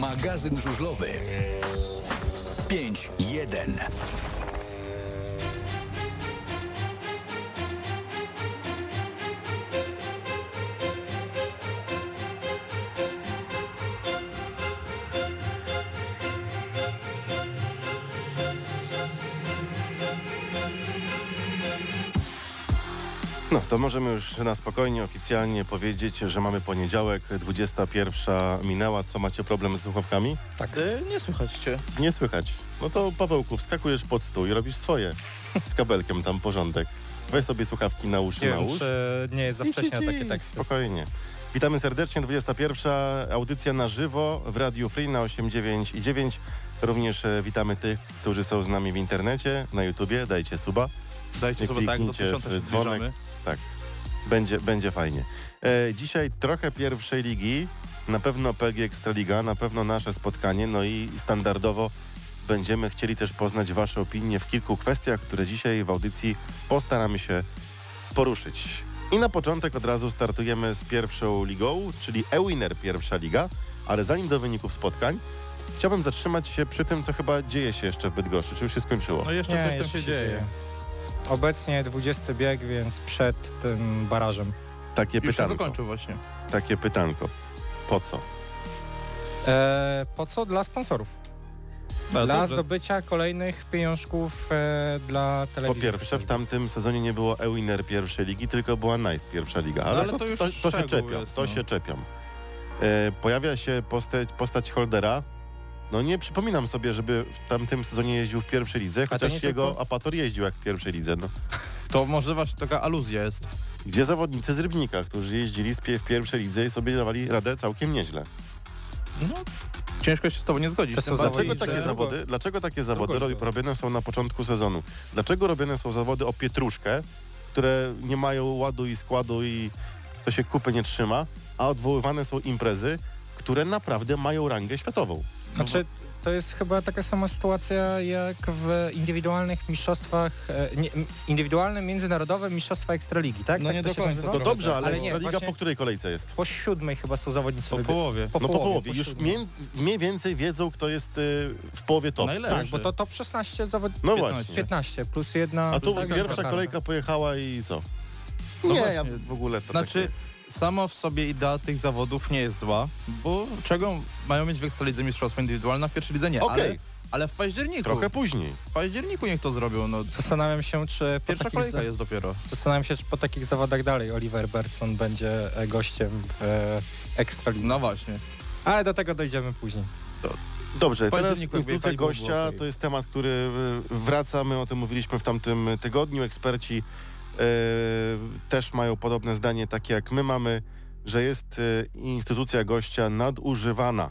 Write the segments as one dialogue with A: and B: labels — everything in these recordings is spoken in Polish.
A: Magazyn żużlowy. 5-1.
B: No to możemy już na spokojnie, oficjalnie powiedzieć, że mamy poniedziałek, 21 minęła. Co macie problem z słuchawkami?
C: Tak. nie słychać cię.
B: Nie słychać. No to Pawełku, wskakujesz pod stół i robisz swoje. Z kabelkiem tam porządek. Weź sobie słuchawki na uszy,
C: Nie
B: na
C: wiem,
B: usz.
C: czy nie jest za
B: I ci,
C: wcześnie na
B: ci,
C: takie teksty.
B: Spokojnie. Witamy serdecznie, 21. Audycja na żywo w Radiu Free na 89 i 9. Również e, witamy tych, którzy są z nami w internecie, na YouTubie. Dajcie suba.
D: Dajcie
B: Nie
D: sobie tak, do
B: kliknijcie
D: 1000 się
B: w dzwonek. Tak,
D: zbliżamy.
B: Będzie, będzie fajnie. E, dzisiaj trochę pierwszej ligi, na pewno PG Ekstraliga, na pewno nasze spotkanie, no i standardowo będziemy chcieli też poznać Wasze opinie w kilku kwestiach, które dzisiaj w audycji postaramy się poruszyć. I na początek od razu startujemy z pierwszą ligą, czyli Ewiner pierwsza liga, ale zanim do wyników spotkań, chciałbym zatrzymać się przy tym, co chyba dzieje się jeszcze w Bydgoszczy, czy już się skończyło.
D: No jeszcze
E: Nie,
D: coś tam
E: jeszcze
D: się dzieje.
E: Obecnie 20 bieg, więc przed tym barażem.
B: Takie
D: Już się
B: pytanko,
D: zakończył właśnie.
B: takie pytanko. Po co?
E: E, po co? Dla sponsorów.
D: No,
E: dla
D: dobrze.
E: zdobycia kolejnych pieniążków e, dla
B: Po
E: telewizji.
D: no
B: pierwsze, w tamtym sezonie nie było Ewiner pierwszej ligi, tylko była Nice pierwsza liga. Ale,
D: No, ale
B: to,
D: to już
B: to, to się
D: szczegół
B: czepią,
D: jest,
B: to
D: no.
B: się czepią. E, pojawia się postać, postać Holdera. No nie przypominam sobie, żeby w tamtym sezonie jeździł w pierwszej lidze,
E: nie
B: chociaż
E: tylko-
B: jego Apator jeździł jak w pierwszej lidze. No.
D: To może właśnie taka aluzja jest.
B: Gdzie zawodnicy z Rybnika, którzy jeździli z pie- w pierwszej lidze i sobie dawali radę całkiem nieźle.
D: No, ciężko się z tobą nie zgodzić.
E: To
D: tym
E: są
D: bardziej,
B: Dlaczego
E: i
B: takie
D: że-
E: za-
B: zawody, dlaczego takie zawody
D: końca.
B: ro- robione są na początku sezonu? Dlaczego robione są zawody o pietruszkę, które nie mają ładu i składu i to się kupy nie trzyma, a odwoływane są imprezy, które naprawdę mają rangę światową.
E: Znaczy, to jest chyba taka sama sytuacja jak w indywidualnych mistrzostwach, e, nie, m- indywidualne międzynarodowe mistrzostwa Ekstraligi, tak?
D: No
E: tak
D: nie
E: to
D: do
E: się
D: końca,
E: nazywa?
B: No
D: Trochę
B: dobrze,
D: tak.
B: ale,
E: Ale nie,
B: Ekstraliga
E: właśnie-
B: po której kolejce jest?
E: Po siódmej chyba są zawodnicy.
D: Po
E: wybi-
D: połowie.
E: po
B: no po połowie, już
E: siódmej.
B: mniej, mniej więcej wiedzą, kto jest y, w połowie top.
D: Najlepszy.
E: Tak, bo to top 16 zawodników.
B: No
D: 15.
B: właśnie.
E: 15 plus jedna.
B: A tu
E: plus taka
B: pierwsza
E: karna.
B: kolejka pojechała i co?
D: No
B: nie,
D: właśnie.
B: ja w ogóle to
D: Znaczy,
B: takie...
D: sama w sobie idea tych zawodów nie jest zła, bo czego mają mieć w Ekstralidze Mistrzostwa Indywidualne, w pierwszej lidze nie,
B: Okej.
D: ale, ale w październiku,
B: Trochę później.
D: w październiku niech to zrobią, no.
E: Zastanawiam się, czy po
D: Pierwsza
E: takich
D: kolejka jest dopiero.
E: Zastanawiam się, czy po takich zawodach dalej Oliver Bertson będzie e, gościem w e, Ekstralidze.
D: No właśnie.
E: Ale do tego dojdziemy później.
B: Dobrze,
D: W
B: teraz
D: październiku, jak
B: instytucja
D: wyjechali, było
B: gościa
D: okej.
B: to jest temat, który y, wraca. My o tym mówiliśmy w tamtym tygodniu. Eksperci y, też mają podobne zdanie, takie jak my mamy, że jest y, instytucja gościa nadużywana.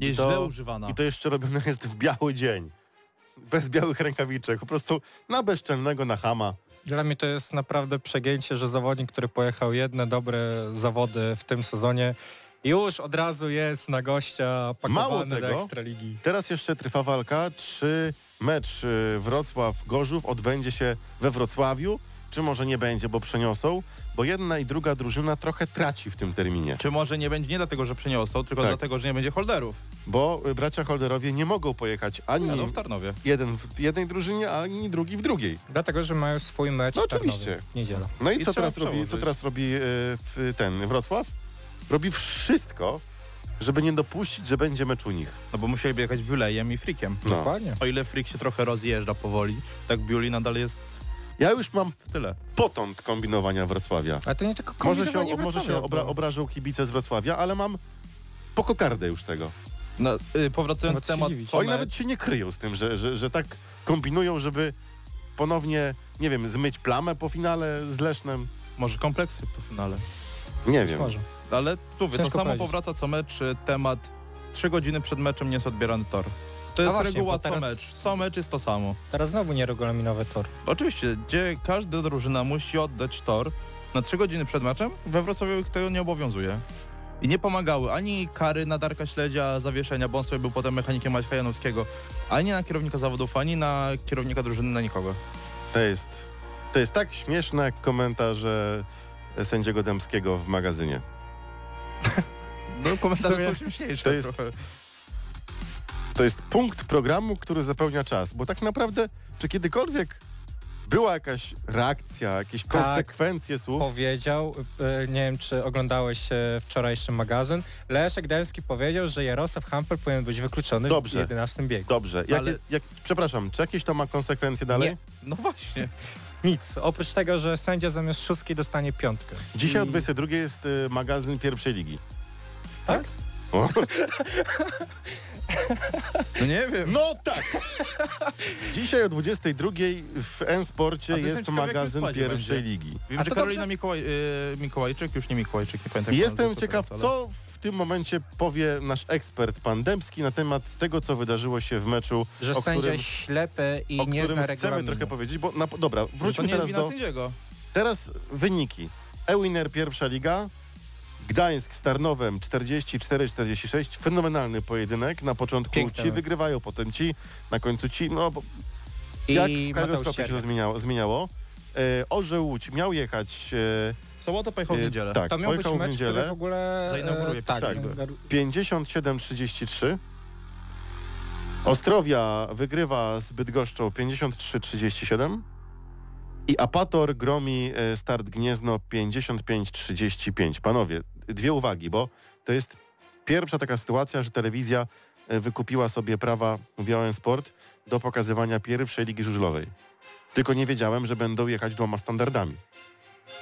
D: Jest
B: to-
D: źle używana.
B: I to jeszcze robione jest w biały dzień. Bez białych rękawiczek. Po prostu na bezczelnego, na chama.
E: Dla mnie to jest naprawdę przegięcie, że zawodnik, który pojechał jedne dobre zawody w tym sezonie, już od razu jest na gościa pakowany
B: Mało
E: do
B: tego,
E: Ekstraligi.
B: Teraz jeszcze trwa walka, czy mecz y, Wrocław-Gorzów odbędzie się we Wrocławiu, czy może nie będzie, bo przeniosą, bo jedna i druga drużyna trochę traci w tym terminie.
D: Czy może nie będzie nie dlatego, że przyniosą, tylko
B: Tak.
D: dlatego, że nie będzie holderów.
B: bo y, bracia Holderowie nie mogą pojechać ani
D: Jadą w Tarnowie.
B: jeden w jednej drużynie, ani drugi w drugiej.
E: Dlatego, że mają swój mecz
B: No
E: w Tarnowie
B: oczywiście.
E: w niedzielę.
B: No i,
D: I
B: co,
D: trzeba
B: teraz robi, co
D: przełożyć.
B: teraz robi y, w- ten Wrocław? Robi wszystko, żeby nie dopuścić, że będzie mecz u nich.
D: No bo musieliby jechać Bülejem i Frikiem.
B: No.
E: Dokładnie.
D: O ile Frik się trochę rozjeżdża powoli, tak Biuli nadal jest
B: Ja już mam
D: w tyle.
B: potąd kombinowania Wrocławia.
E: A to nie tylko
B: Może się,
E: kombinowanie
B: może się
E: Wrocławia,
B: obra,
E: bo-
B: obrażą kibice z Wrocławia, ale mam pokokardę już tego.
D: No, y, powracając
E: Nawet się
D: temat,
E: dziwić.
D: co
B: Oni
D: mecz-
B: nawet się nie kryją z tym, że, że, że tak kombinują, żeby ponownie, nie wiem, zmyć plamę po finale z Lesznem.
D: może kompleksy po finale.
B: Nie
E: Być
B: wiem.
E: może.
D: Ale tu wie, to
E: Ciężko
D: samo
E: powiedzieć.
D: powraca co mecz y, temat trzy godziny przed meczem nie jest odbierany tor. To jest
E: właśnie,
D: reguła
E: bo
D: co
E: teraz-
D: mecz. Co mecz jest to samo.
E: Teraz znowu nieregulaminowy tor.
D: Oczywiście, gdzie każda drużyna musi oddać tor na trzy godziny przed meczem, we Wrocławiu ich tego nie obowiązuje. I nie pomagały ani kary na Darka Śledzia, zawieszenia, bo on sobie był potem mechanikiem Maćka Janowskiego, ani na kierownika zawodów, ani na kierownika drużyny, na nikogo.
B: To jest, to jest tak śmieszne jak komentarze sędziego Dębskiego w magazynie.
D: No, komentarze
E: W sumie-
D: są śmieszniejsze
B: to jest-
D: trochę.
B: To jest punkt programu, który zapełnia czas, bo tak naprawdę, czy kiedykolwiek była jakaś reakcja, jakieś
D: Tak.
B: konsekwencje słów?
E: Tak Powiedział, y, nie wiem czy oglądałeś e, wczorajszy magazyn, Leszek Dęski powiedział, że Jarosław Hampel powinien być wykluczony
B: Dobrze.
E: w XI wieku.
B: Dobrze. Jakie,
D: Ale-
B: jak, przepraszam, czy jakieś to ma konsekwencje dalej?
E: Nie.
D: No właśnie.
E: Nic, oprócz tego, że sędzia zamiast szóstki dostanie piątkę.
B: Dzisiaj o
D: Mm.
E: I-
B: 22 jest y, magazyn pierwszej ligi.
D: Tak?
B: O,
D: No nie wiem.
B: no tak! Dzisiaj o 22 w
D: A
B: N-Sporcie
D: to jestem
B: jest
D: ciekawy, jak
B: magazyn
D: w składzie
B: pierwszej
D: będzie.
B: ligi.
D: Wiem,
E: A
D: że
E: to
D: Karolina Mikołaj, y, Mikołajczyk, już nie Mikołajczyk, nie pamiętam.
B: I
D: jak
B: Jestem
D: nazywa
B: ciekaw,
D: teraz, ale-
B: co w tym momencie powie nasz ekspert pan Dębski na temat tego, co wydarzyło się w meczu,
E: Że
B: o
E: sędzia
B: którym,
E: jest ślepy i
B: o
E: nie
B: którym
E: zna
B: chcemy
E: regulaminu.
B: trochę powiedzieć. Bo na, dobra,
D: To
B: wróćmy
D: nie jest
B: teraz
D: wina
B: do...
D: sędziego.
B: Teraz wyniki. Ewiner pierwsza liga, Gdańsk z Tarnowem 44-46. Fenomenalny pojedynek. Na początku
E: Piękny
B: ci
E: mecz.
B: wygrywają, potem ci, na końcu ci. No, bo jak
E: I
B: w
E: Mateusz
B: kalejdoskopie się to
E: Sierka.
B: zmieniało. zmieniało. E, Orzeł Łódź miał jechać... E,
D: Sobota pojechał w
B: e,
D: niedzielę.
B: Tak,
E: To miał być
B: pojechał w
E: mecz, który w
B: niedzielę.
E: ogóle...
D: Zainauguruje
E: e, tak,
D: pierwszą ligę.
E: zainaugur-
B: 57-33. Ostrowia wygrywa z Bydgoszczą 53-37. I Apator gromi e, Start Gniezno 55-35. Panowie, dwie uwagi, bo to jest pierwsza taka sytuacja, że telewizja e, wykupiła sobie prawa Wiałem Sport do pokazywania pierwszej ligi żużlowej. Tylko nie wiedziałem, że będą jechać dwoma standardami.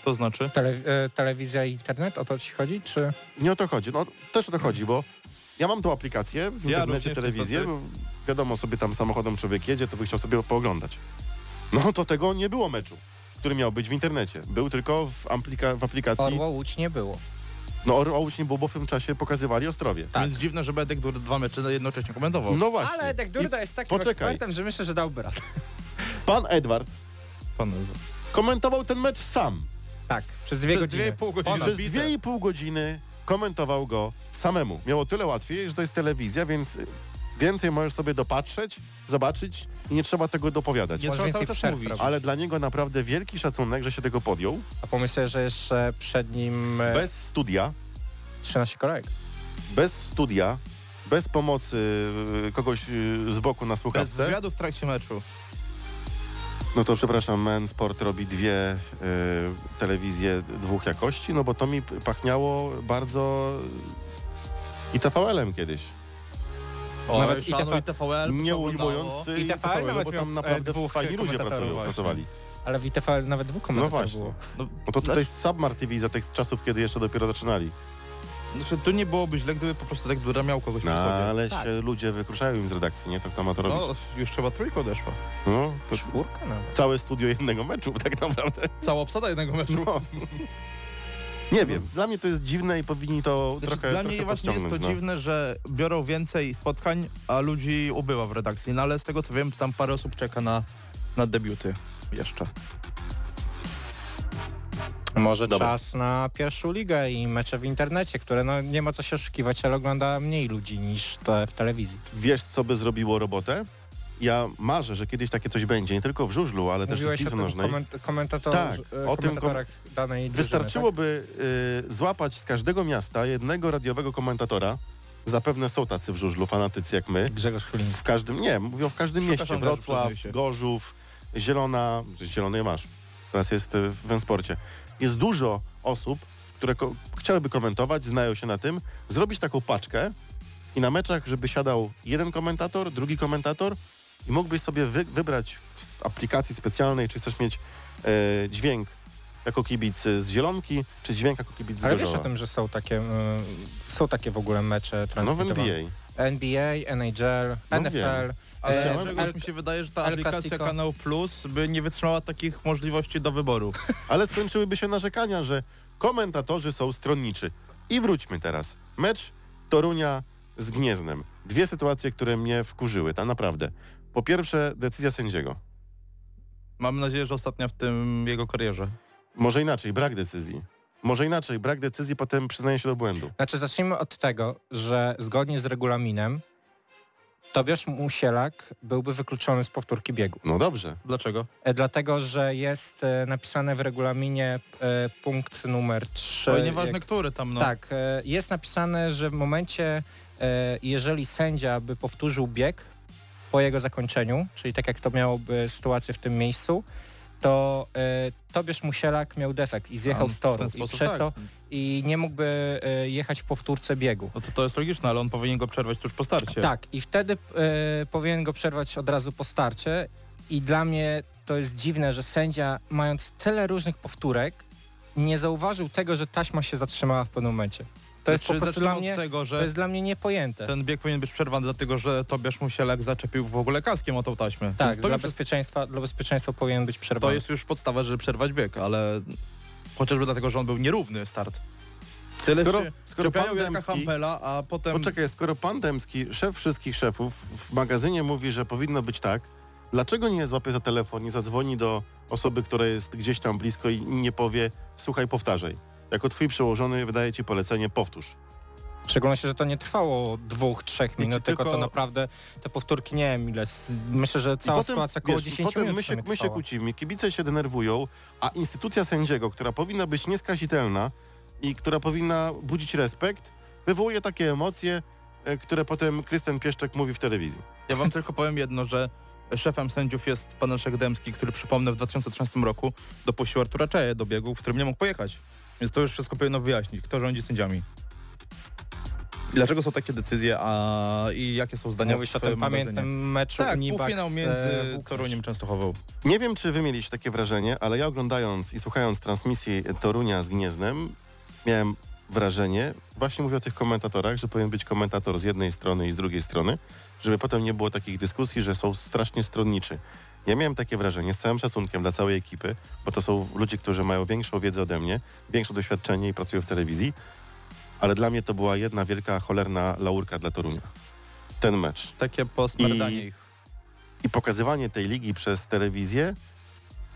D: To znaczy?
E: Tele, e, telewizja i internet, o to ci chodzi, czy...
B: Nie o to chodzi. No też o to chodzi, bo ja mam tu aplikację w
D: Ja
B: internecie,
D: również,
B: telewizję.
D: niestety.
B: bo Wiadomo, sobie tam samochodem człowiek jedzie, to by chciał sobie pooglądać. No to tego nie było meczu, który miał być w internecie. Był tylko w, aplika- w aplikacji.
E: Orła Łódź nie było.
B: No Orła Łódź nie było, bo w tym czasie pokazywali Ostrowie.
E: Tak.
D: Więc dziwne, że Bedek dur- dwa mecze jednocześnie komentował.
B: No właśnie.
E: Ale Edek Durda jest takim
B: poczekaj.
E: ekspertem, że myślę, że dałby radę.
B: I pan Edward
D: Pan...
B: komentował ten mecz sam.
E: Tak, przez dwie
D: Przez
E: godziny.
D: dwie i pół godziny.
B: Przez
D: Bite.
B: dwie i pół godziny komentował go samemu. Miało tyle łatwiej, że to jest telewizja, więc y, więcej możesz sobie dopatrzeć, zobaczyć i nie trzeba tego dopowiadać.
D: Nie
E: Może
D: trzeba cały
E: więcej
D: czas
E: przerw
D: mówić.
E: robić.
B: Ale dla niego naprawdę wielki szacunek, że się tego podjął.
E: A pomyślę, że jeszcze przed nim e,
B: Bez studia,
E: 13 kolejek.
B: bez studia, bez pomocy y, kogoś y, z boku na
D: Bez
B: słuchawce.
D: wywiadu w trakcie meczu.
B: No to przepraszam, Men Sport robi dwie y, telewizje dwóch jakości, no bo to mi p- pachniało bardzo i TVL-em kiedyś.
D: O,
E: Nawet
D: Nawet szano,
E: ITV
D: i TVL by
B: Nie
D: się oglądało.
B: ujmując
E: I
B: y,
E: TVL
B: TVL, bo
E: nawet
B: tam
E: miał, e,
B: naprawdę
E: dwóch
B: fajni ludzie
E: komentatorów
B: pracują,
D: właśnie.
B: pracowali.
E: Ale w ITV nawet dwóch komentarzy
B: właśnie.
E: było.
D: No,
B: No to
D: znaczy,
B: tutaj Submar TV za tych czasów, kiedy jeszcze dopiero zaczynali.
D: znaczy, tu nie byłoby źle, gdyby po prostu tak dura miał kogoś
B: No,
D: przy sobie.
B: ale
E: Tak.
B: się ludzie wykruszają im z redakcji, nie? Tak To kto ma to robić?
D: No, już chyba trójka odeszła.
B: No, to
E: Czwórka nawet.
B: całe studio jednego meczu tak naprawdę.
D: Cała obsada jednego meczu.
B: No. Nie wiem, dla mnie to jest dziwne i powinni to
D: Znaczy,
B: trochę
D: dla
B: trochę
D: mnie właśnie jest to
B: podciągnąć, no.
D: dziwne, że biorą więcej spotkań, a ludzi ubywa w redakcji. No ale z tego co wiem, to tam parę osób czeka na, na debiuty jeszcze.
E: Może
B: Dobra.
E: czas na pierwszą ligę i mecze w internecie, które no nie ma co się oszukiwać, ale ogląda mniej ludzi niż te w telewizji.
B: Wiesz, co by zrobiło robotę? Ja marzę, że kiedyś takie coś będzie, nie tylko w żużlu, ale
E: Mówiłeś
B: też
E: o
B: w piłce
E: tym
B: nożnej.
E: koment- komentator-
B: Tak,
E: e,
B: o tym kom-
E: komentatorach danej drużyny,
B: Wystarczyłoby
D: tak?
B: y, złapać z każdego miasta jednego radiowego komentatora. Zapewne są tacy w żużlu, fanatycy jak my.
E: tak? Grzegorz Chyliński.
B: W każdym, nie, mówią w każdym
D: Szukasz
B: mieście.
D: angażu,
B: Wrocław,
D: przyznaj się.
B: Gorzów, Zielona, Zielonej masz, teraz jest y, w Wensporcie. Jest dużo osób, które ko- chciałyby komentować, znają się na tym, zrobić taką paczkę i na meczach, żeby siadał jeden komentator, drugi komentator i mógłbyś sobie wy- wybrać w- z aplikacji specjalnej, czy chcesz mieć e, dźwięk jako kibic y, z Zielonki, czy dźwięk jako kibic z
E: tak? Ale wiesz o
B: Gorzowa.
E: tym, że są takie, e, są takie w ogóle mecze
B: No w
E: transmitowane.
B: NBA.
E: NBA, NHL,
B: No
E: NFL.
D: Ale
E: e,
B: chciałem-
D: czegoś
E: L-
D: mi się wydaje, że ta
E: El
D: aplikacja
E: Clasico.
D: Kanał Plus by nie wytrzymała takich możliwości do wyboru.
B: Ale skończyłyby się narzekania, że komentatorzy są stronniczy. I wróćmy teraz. Mecz Torunia z Gnieznem. Dwie sytuacje, które mnie wkurzyły, tak naprawdę. Po pierwsze, decyzja sędziego.
D: Mam nadzieję, że ostatnia w tym jego karierze.
B: Może inaczej, brak decyzji. Może inaczej, brak decyzji, potem przyznaje się do błędu.
E: Znaczy zacznijmy od tego, że zgodnie z regulaminem Tobiasz Musielak byłby wykluczony z powtórki biegu.
B: No dobrze.
D: Dlaczego?
E: E, Dlatego, że jest e, napisane w regulaminie e, punkt numer 3.
D: Bo i nieważne, który tam, no.
E: Tak, e, jest napisane, że w momencie e, jeżeli sędzia by powtórzył bieg po jego zakończeniu, czyli tak jak to miałoby sytuację w tym miejscu, to e, Tobiasz Musielak miał defekt i zjechał
D: A,
E: z toru
D: w ten
E: i
D: sposób,
E: przez
D: tak.
E: to i nie mógłby e, jechać w powtórce biegu.
D: No to, to jest logiczne, ale on powinien go przerwać tuż po starcie.
E: Tak, i wtedy e, powinien go przerwać od razu po starcie i dla mnie to jest dziwne, że sędzia mając tyle różnych powtórek nie zauważył tego, że taśma się zatrzymała w pewnym momencie. To jest po
D: Znaczy,
E: prostu dla
D: zacznijmy
E: mnie,
D: od tego,
E: to
D: że
E: jest dla mnie niepojęte.
D: ten bieg powinien być przerwany dlatego, że Tobiasz Musielak zaczepił w ogóle kaskiem o tą taśmę.
E: Tak,
D: Więc to,
E: dla
D: już jest,
E: bezpieczeństwa, dla bezpieczeństwa powinien być
D: to
E: przerwany.
D: jest już podstawa, żeby przerwać bieg, ale chociażby dlatego, że on był nierówny start. Tyle
B: Skoro-
D: skoro, się
B: skoro
D: skoro
B: pan
D: Jarka
B: Dębski-
D: Hampela, a potem...
B: Poczekaj, skoro pan Dębski, szef wszystkich szefów, w magazynie mówi, że powinno być tak, dlaczego nie złapie za telefon, nie zadzwoni do osoby, która jest gdzieś tam blisko i nie powie, słuchaj, powtarzaj. Jako twój przełożony wydaje ci polecenie, powtórz.
E: W szczególności, że to nie trwało dwóch, trzech minut, tylko,
D: tylko-
E: to naprawdę te powtórki nie wiem ile. s- Myślę, że
B: I
E: cała sytuacja około
B: wiesz,
E: 10
B: potem
E: minut.
B: my się,
E: przynajmniej
B: my się
E: trwała.
B: kłócimy, kibice się denerwują, a instytucja sędziego, która powinna być nieskazitelna i która powinna budzić respekt, wywołuje takie emocje, e, które potem Krystian Pieszczek mówi w telewizji.
D: Ja wam tylko powiem jedno, że szefem sędziów jest pan Leszek Dębski, który przypomnę w 2013 roku dopuścił Artura Czeje do biegu, w którym nie mógł pojechać. Więc to już wszystko powinno wyjaśnić, kto rządzi sędziami. Dlaczego są takie decyzje a i jakie są zdania
E: Mówisz
D: w
E: o tym
D: magazynie?
E: pamiętnym meczu
D: Tak,
E: Unibax,
D: półfinał
E: e,
D: między
E: Łukasz.
D: Toruniem Częstochową.
B: Nie wiem, czy wy mieliście takie wrażenie, ale ja oglądając i słuchając transmisji Torunia z Gnieznem, miałem wrażenie, właśnie mówię o tych komentatorach, że powinien być komentator z jednej strony i z drugiej strony, żeby potem nie było takich dyskusji, że są strasznie stronniczy. Ja miałem takie wrażenie, z całym szacunkiem dla całej ekipy, bo to są ludzie, którzy mają większą wiedzę ode mnie, większe doświadczenie i pracują w telewizji, ale dla mnie to była jedna wielka, cholerna laurka dla Torunia. Ten mecz
D: Takie posmerdanie
B: I-
D: ich.
B: i pokazywanie tej ligi przez telewizję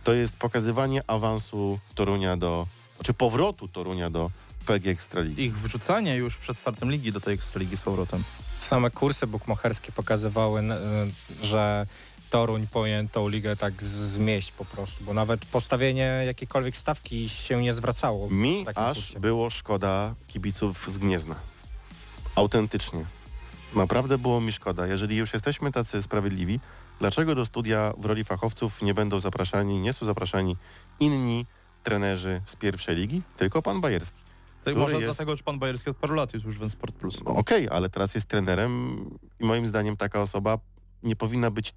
B: to jest pokazywanie awansu Torunia do, czy powrotu Torunia do PG Ekstraligi.
D: Ich wrzucanie już przed startem ligi do tej Ekstraligi z powrotem.
E: Same kursy bukmacherskie pokazywały, n- y, że Toruń powinien tą ligę tak z- zmieść po prostu, bo nawet postawienie jakiejkolwiek stawki się nie zwracało. przy
B: Mi
E: takim
B: aż
E: kursie.
B: było szkoda kibiców z Gniezna. Autentycznie. Naprawdę było mi szkoda. Jeżeli już jesteśmy tacy sprawiedliwi, dlaczego do studia w roli fachowców nie będą zapraszani, nie są zapraszani inni trenerzy z pierwszej ligi, tylko pan Bajerski?
D: Tak
B: Który
D: może
B: jest-
D: dlatego, że pan Bajerski od paru lat jest już w Sport Plus.
B: No okej, ale teraz jest trenerem i moim zdaniem taka osoba nie powinna być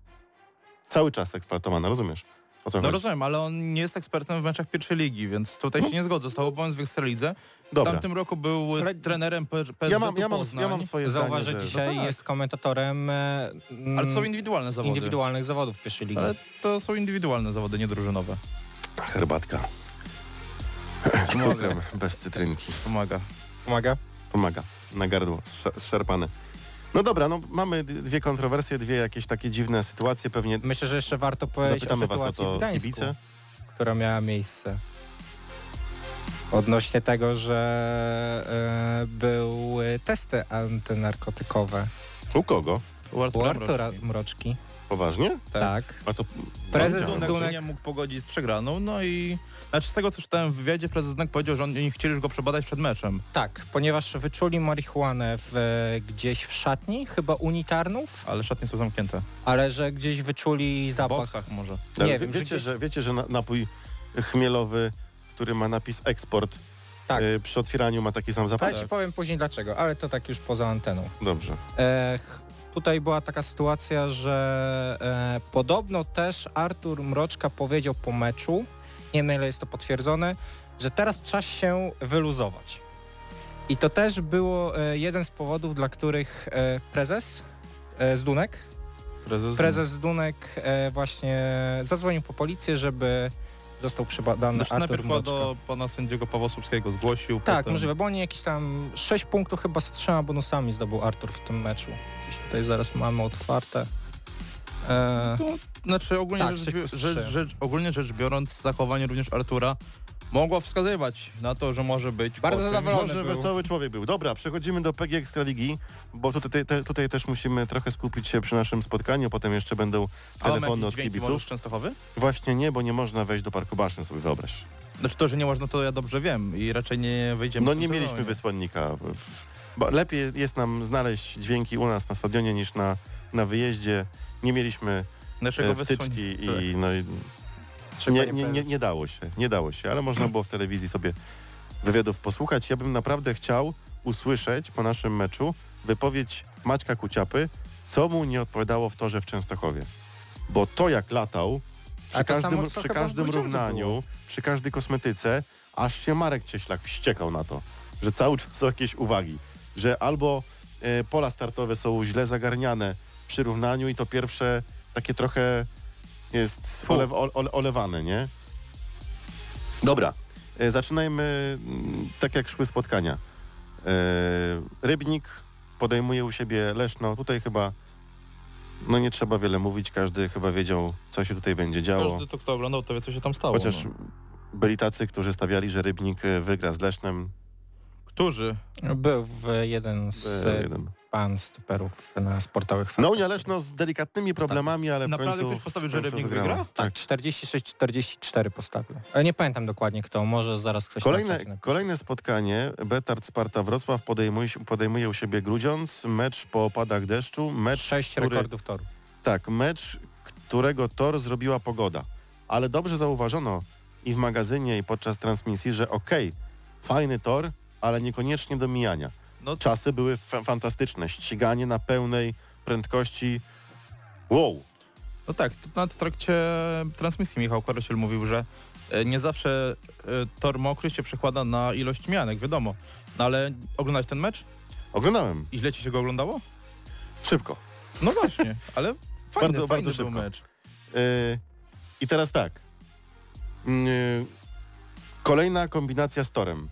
B: cały czas eksploatowana, rozumiesz? O co
D: No
B: chodzi? No.
D: rozumiem, ale on nie jest ekspertem w meczach pierwszej ligi, więc tutaj się nie zgodzę. Został obowiązek w Ekstralidze. W
B: Dobra,
D: tamtym roku był
E: Ale-
D: trenerem P- PSW
B: ja mam, ja, mam,
D: Poznań,
B: ja mam swoje
E: Zauważ, że
B: zdanie, że...
E: dzisiaj
D: No tak.
E: jest komentatorem e, mm,
D: ale to są indywidualne zawody.
E: indywidualnych zawodów pierwszej ligi.
D: Ale to są indywidualne zawody, nie drużynowe.
B: Herbatka. Z cukrem, bez cytrynki.
D: Pomaga.
E: Pomaga?
B: Pomaga. Na gardło, zsze- zszarpane. No dobra, no mamy d- dwie kontrowersje, dwie jakieś takie dziwne sytuacje, pewnie
E: Myślę, że jeszcze warto powiedzieć
B: zapytamy
E: o
B: was o
E: sytuacji w
B: to
E: Gdańsku,
B: kibice.
E: która miała miejsce. Odnośnie tego, że e, były testy antynarkotykowe
B: U kogo?
D: U
E: u
D: Artura,
E: Artura Mroczki.
B: Poważnie?
E: Tak.
B: A to...
E: Prezes
B: no, widziałem.
E: Dunek-
D: Dunek Tak, nie mógł pogodzić z przegraną, no i... Znaczy z tego, co czytałem w wywiadzie, prezes Dunek powiedział, że oni chcieli już go przebadać przed meczem.
E: Tak, ponieważ wyczuli marihuanę w, gdzieś w szatni, chyba unitarnów,
D: Ale szatnie są zamknięte.
E: ale że gdzieś wyczuli
D: W
E: zapach.
D: boksach może.
E: Nie
B: Ale wie-
E: wiem, że
B: wiecie,
E: gdzieś-
B: że, wiecie, że na- napój chmielowy, który ma napis eksport,
E: Tak.
B: y, przy otwieraniu ma taki sam zapach?
E: Ale ci powiem później dlaczego, ale to tak już poza anteną.
B: Dobrze.
E: E, ch- tutaj była taka sytuacja, że e, podobno też Artur Mroczka powiedział po meczu, nie wiem na ile jest to potwierdzone, że teraz czas się wyluzować. I to też było e, jeden z powodów, dla których e, prezes e, z Dunek
D: Prezes,
E: Prezes Dunek e, właśnie zadzwonił po policję, żeby został przebadany
D: Znaczy,
E: Artur
D: najpierw
E: Mroczka.
D: do pana sędziego Pawła Słupskiego zgłosił.
E: Tak,
D: potem...
E: możliwe, bo on jakieś tam 6 punktów chyba z trzema bonusami zdobył Artur w tym meczu. Gdzieś tutaj zaraz mamy otwarte. E,
D: To, znaczy ogólnie,
E: Tak,
D: rzecz,
E: trzy
D: bi-
E: plus
D: rzecz,
E: trzy.
D: rzecz, ogólnie rzecz biorąc, zachowanie również Artura mogło wskazywać na to, że może być...
E: Bardzo
D: po tym-
E: zadowolony. Wolny
B: Może
E: był.
B: wesoły człowiek był. Dobra, przechodzimy do PG Ekstraligi, bo tutaj, te, tutaj też musimy trochę skupić się przy naszym spotkaniu, potem jeszcze będą
D: A mamy
B: telefony
D: jakieś
B: od
D: dźwięki
B: kibiców.
D: może z Częstochowy?
B: Właśnie nie, bo nie można wejść do Parku Baszny, sobie wyobraź.
D: Znaczy to, że nie można, to ja dobrze wiem i raczej nie wyjdziemy...
B: No
D: w tym
B: nie mieliśmy
D: sezonie.
B: wysłannika w- w- Bo lepiej jest nam znaleźć dźwięki u nas na stadionie niż na, na wyjeździe. Nie mieliśmy
D: Naszego
B: e,
D: wysłania.
B: wtyczki
D: Tak.
B: i, no, i nie, nie, nie, nie dało się, nie dało się, ale można było w telewizji sobie wywiadów posłuchać. Ja bym naprawdę chciał usłyszeć po naszym meczu wypowiedź Maćka Kuciapy, co mu nie odpowiadało w torze w Częstochowie. Bo to jak latał,
E: A
B: przy
E: to samo,
B: każdym,
E: co
B: przy
E: chyba w
B: każdym
E: Grudziądzu
B: równaniu, przy każdej kosmetyce, aż się Marek Cieślak wściekał na to, że cały czas są jakieś uwagi, że albo e, pola startowe są źle zagarniane przy równaniu i to pierwsze takie trochę jest
D: Fu.
B: ole, ole, olewane, nie? Dobra, e, zaczynajmy mm, tak jak szły spotkania. E, Rybnik podejmuje u siebie Leszno, tutaj chyba no nie trzeba wiele mówić, każdy chyba wiedział, co się tutaj będzie działo.
D: Każdy to, kto oglądał, to wie, co się tam stało.
B: Chociaż
D: no.
B: byli tacy, którzy stawiali, że Rybnik e, wygra z Lesznem.
D: Którzy?
E: Był w jeden z
B: E, jeden.
E: pan stuperów na sportowych
B: No Unia Leszno No, z delikatnymi problemami, ale w
D: Tak. Naprawdę
B: końcu...
D: ktoś postawił, że
B: w końcu
D: Rybnik
B: wygrała.
D: wygra?
E: Tak, 46-44 postawił. Ale nie pamiętam dokładnie kto, może zaraz ktoś... na
B: Kolejne,
E: czacie napisze.
B: kolejne spotkanie Betard Sparta Wrocław podejmuje, się- podejmuje u siebie Grudziądz, mecz po opadach deszczu, mecz,
E: Sześć
B: który,
E: rekordów toru.
B: tak, mecz, którego tor zrobiła pogoda. Ale dobrze zauważono i w magazynie, i podczas transmisji, że okej, fajny tor, ale niekoniecznie do mijania.
D: No,
B: Czasy były fa- fantastyczne, ściganie na pełnej prędkości. Wow,
D: No tak, to nawet w trakcie transmisji Michał Karosiel mówił, że e, nie zawsze e, tor mokry się przekłada na ilość mianek, wiadomo. No ale oglądać ten mecz?
B: oglądałem
D: I źle ci się go oglądało?
B: szybko.
D: No właśnie, ale fajny,
B: Bardzo,
D: fajny
B: bardzo
D: był
B: szybko.
D: mecz.
B: Yy, I teraz tak. Yy, kolejna kombinacja z torem.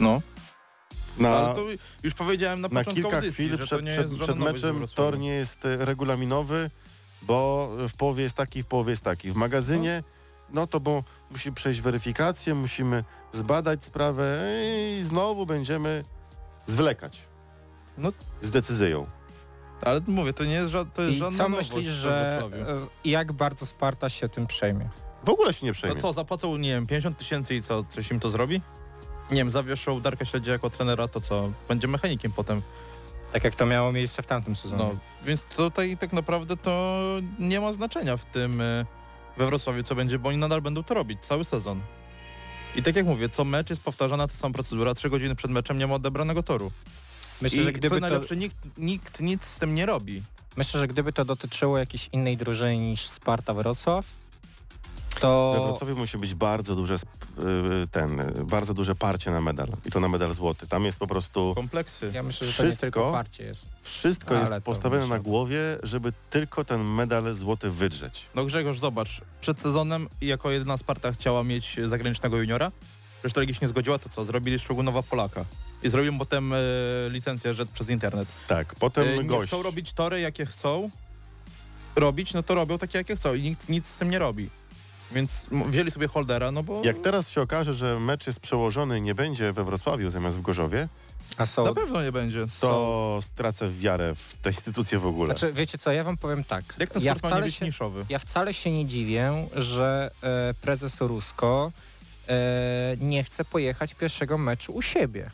D: No,
B: Na,
D: ale to już powiedziałem na
B: na
D: początku
B: kilka
D: audycji,
B: chwil
D: że
B: przed,
D: to nie
B: przed,
D: jest
B: przed
D: żadna nowość
B: meczem
D: dla Wrocławia.
B: tor nie jest y, regulaminowy, bo w połowie jest taki, w połowie jest taki. W magazynie, no to bo musi przejść weryfikację, musimy zbadać sprawę i znowu będziemy zwlekać
E: No.
B: z decyzją.
D: Ale mówię, to nie jest, ża- to jest
E: I
D: żadna
E: co
D: nowość
E: myślisz,
D: dla
E: że
D: Wrocławia.
E: e, jak bardzo Sparta się tym przejmie?
B: W ogóle się nie
D: No
B: przejmie.
D: co, zapłacą, nie wiem, 50 tysięcy i co, coś im to zrobi? Nie wiem, zawieszą Darka Śledzia jako trenera, to co, będzie mechanikiem potem.
E: Tak jak to miało miejsce w tamtym sezonie.
D: No, więc tutaj tak naprawdę to nie ma znaczenia w tym y, we Wrocławiu co będzie, bo oni nadal będą to robić cały sezon. I tak jak mówię, co mecz jest powtarzana ta sama procedura, trzy godziny przed meczem nie ma odebranego toru.
E: Myślę,
D: I
E: że
D: co
E: gdyby to,
D: najlepsze, nikt, nikt nic z tym nie robi.
E: myślę, że gdyby to dotyczyło jakiejś innej drużyny niż Sparta Wrocław, to...
B: We Wrocławiu musi być bardzo duże sp- y, ten, y, bardzo duże parcie na medal i to na medal złoty. Tam jest po prostu
D: Kompleksy.
E: Ja myślę, że to nie
B: Wszystko-
E: tylko parcie jest.
B: wszystko
E: Ale
B: jest
E: to
B: postawione
E: myślę.
B: na głowie, żeby tylko ten medal złoty wydrzeć.
D: No Grzegorz, zobacz, przed sezonem jako jedyna Sparta chciała mieć zagranicznego juniora, reszta ligi się nie zgodziła, to co, zrobili Szugunowa Polaka. I zrobił mu potem y, licencję że przez internet.
B: Tak, potem
D: E, nie
B: gość.
D: chcą robić tory, jakie chcą robić, no to robią takie, jakie chcą i nikt nic z tym nie robi. Więc m- wzięli sobie holdera, no bo
B: Jak teraz się okaże, że mecz jest przełożony i nie będzie we Wrocławiu zamiast w Gorzowie,
E: A
D: na
E: są...
D: pewno nie będzie.
B: to stracę wiarę w te instytucje w ogóle.
E: Znaczy, wiecie co, ja wam powiem tak.
D: Jak ten
E: ja
D: sport ma nie
E: wcale
D: być
E: się,
D: niszowy?
E: ja wcale się nie dziwię, że e, prezes Rusko e, nie chce pojechać pierwszego meczu u siebie.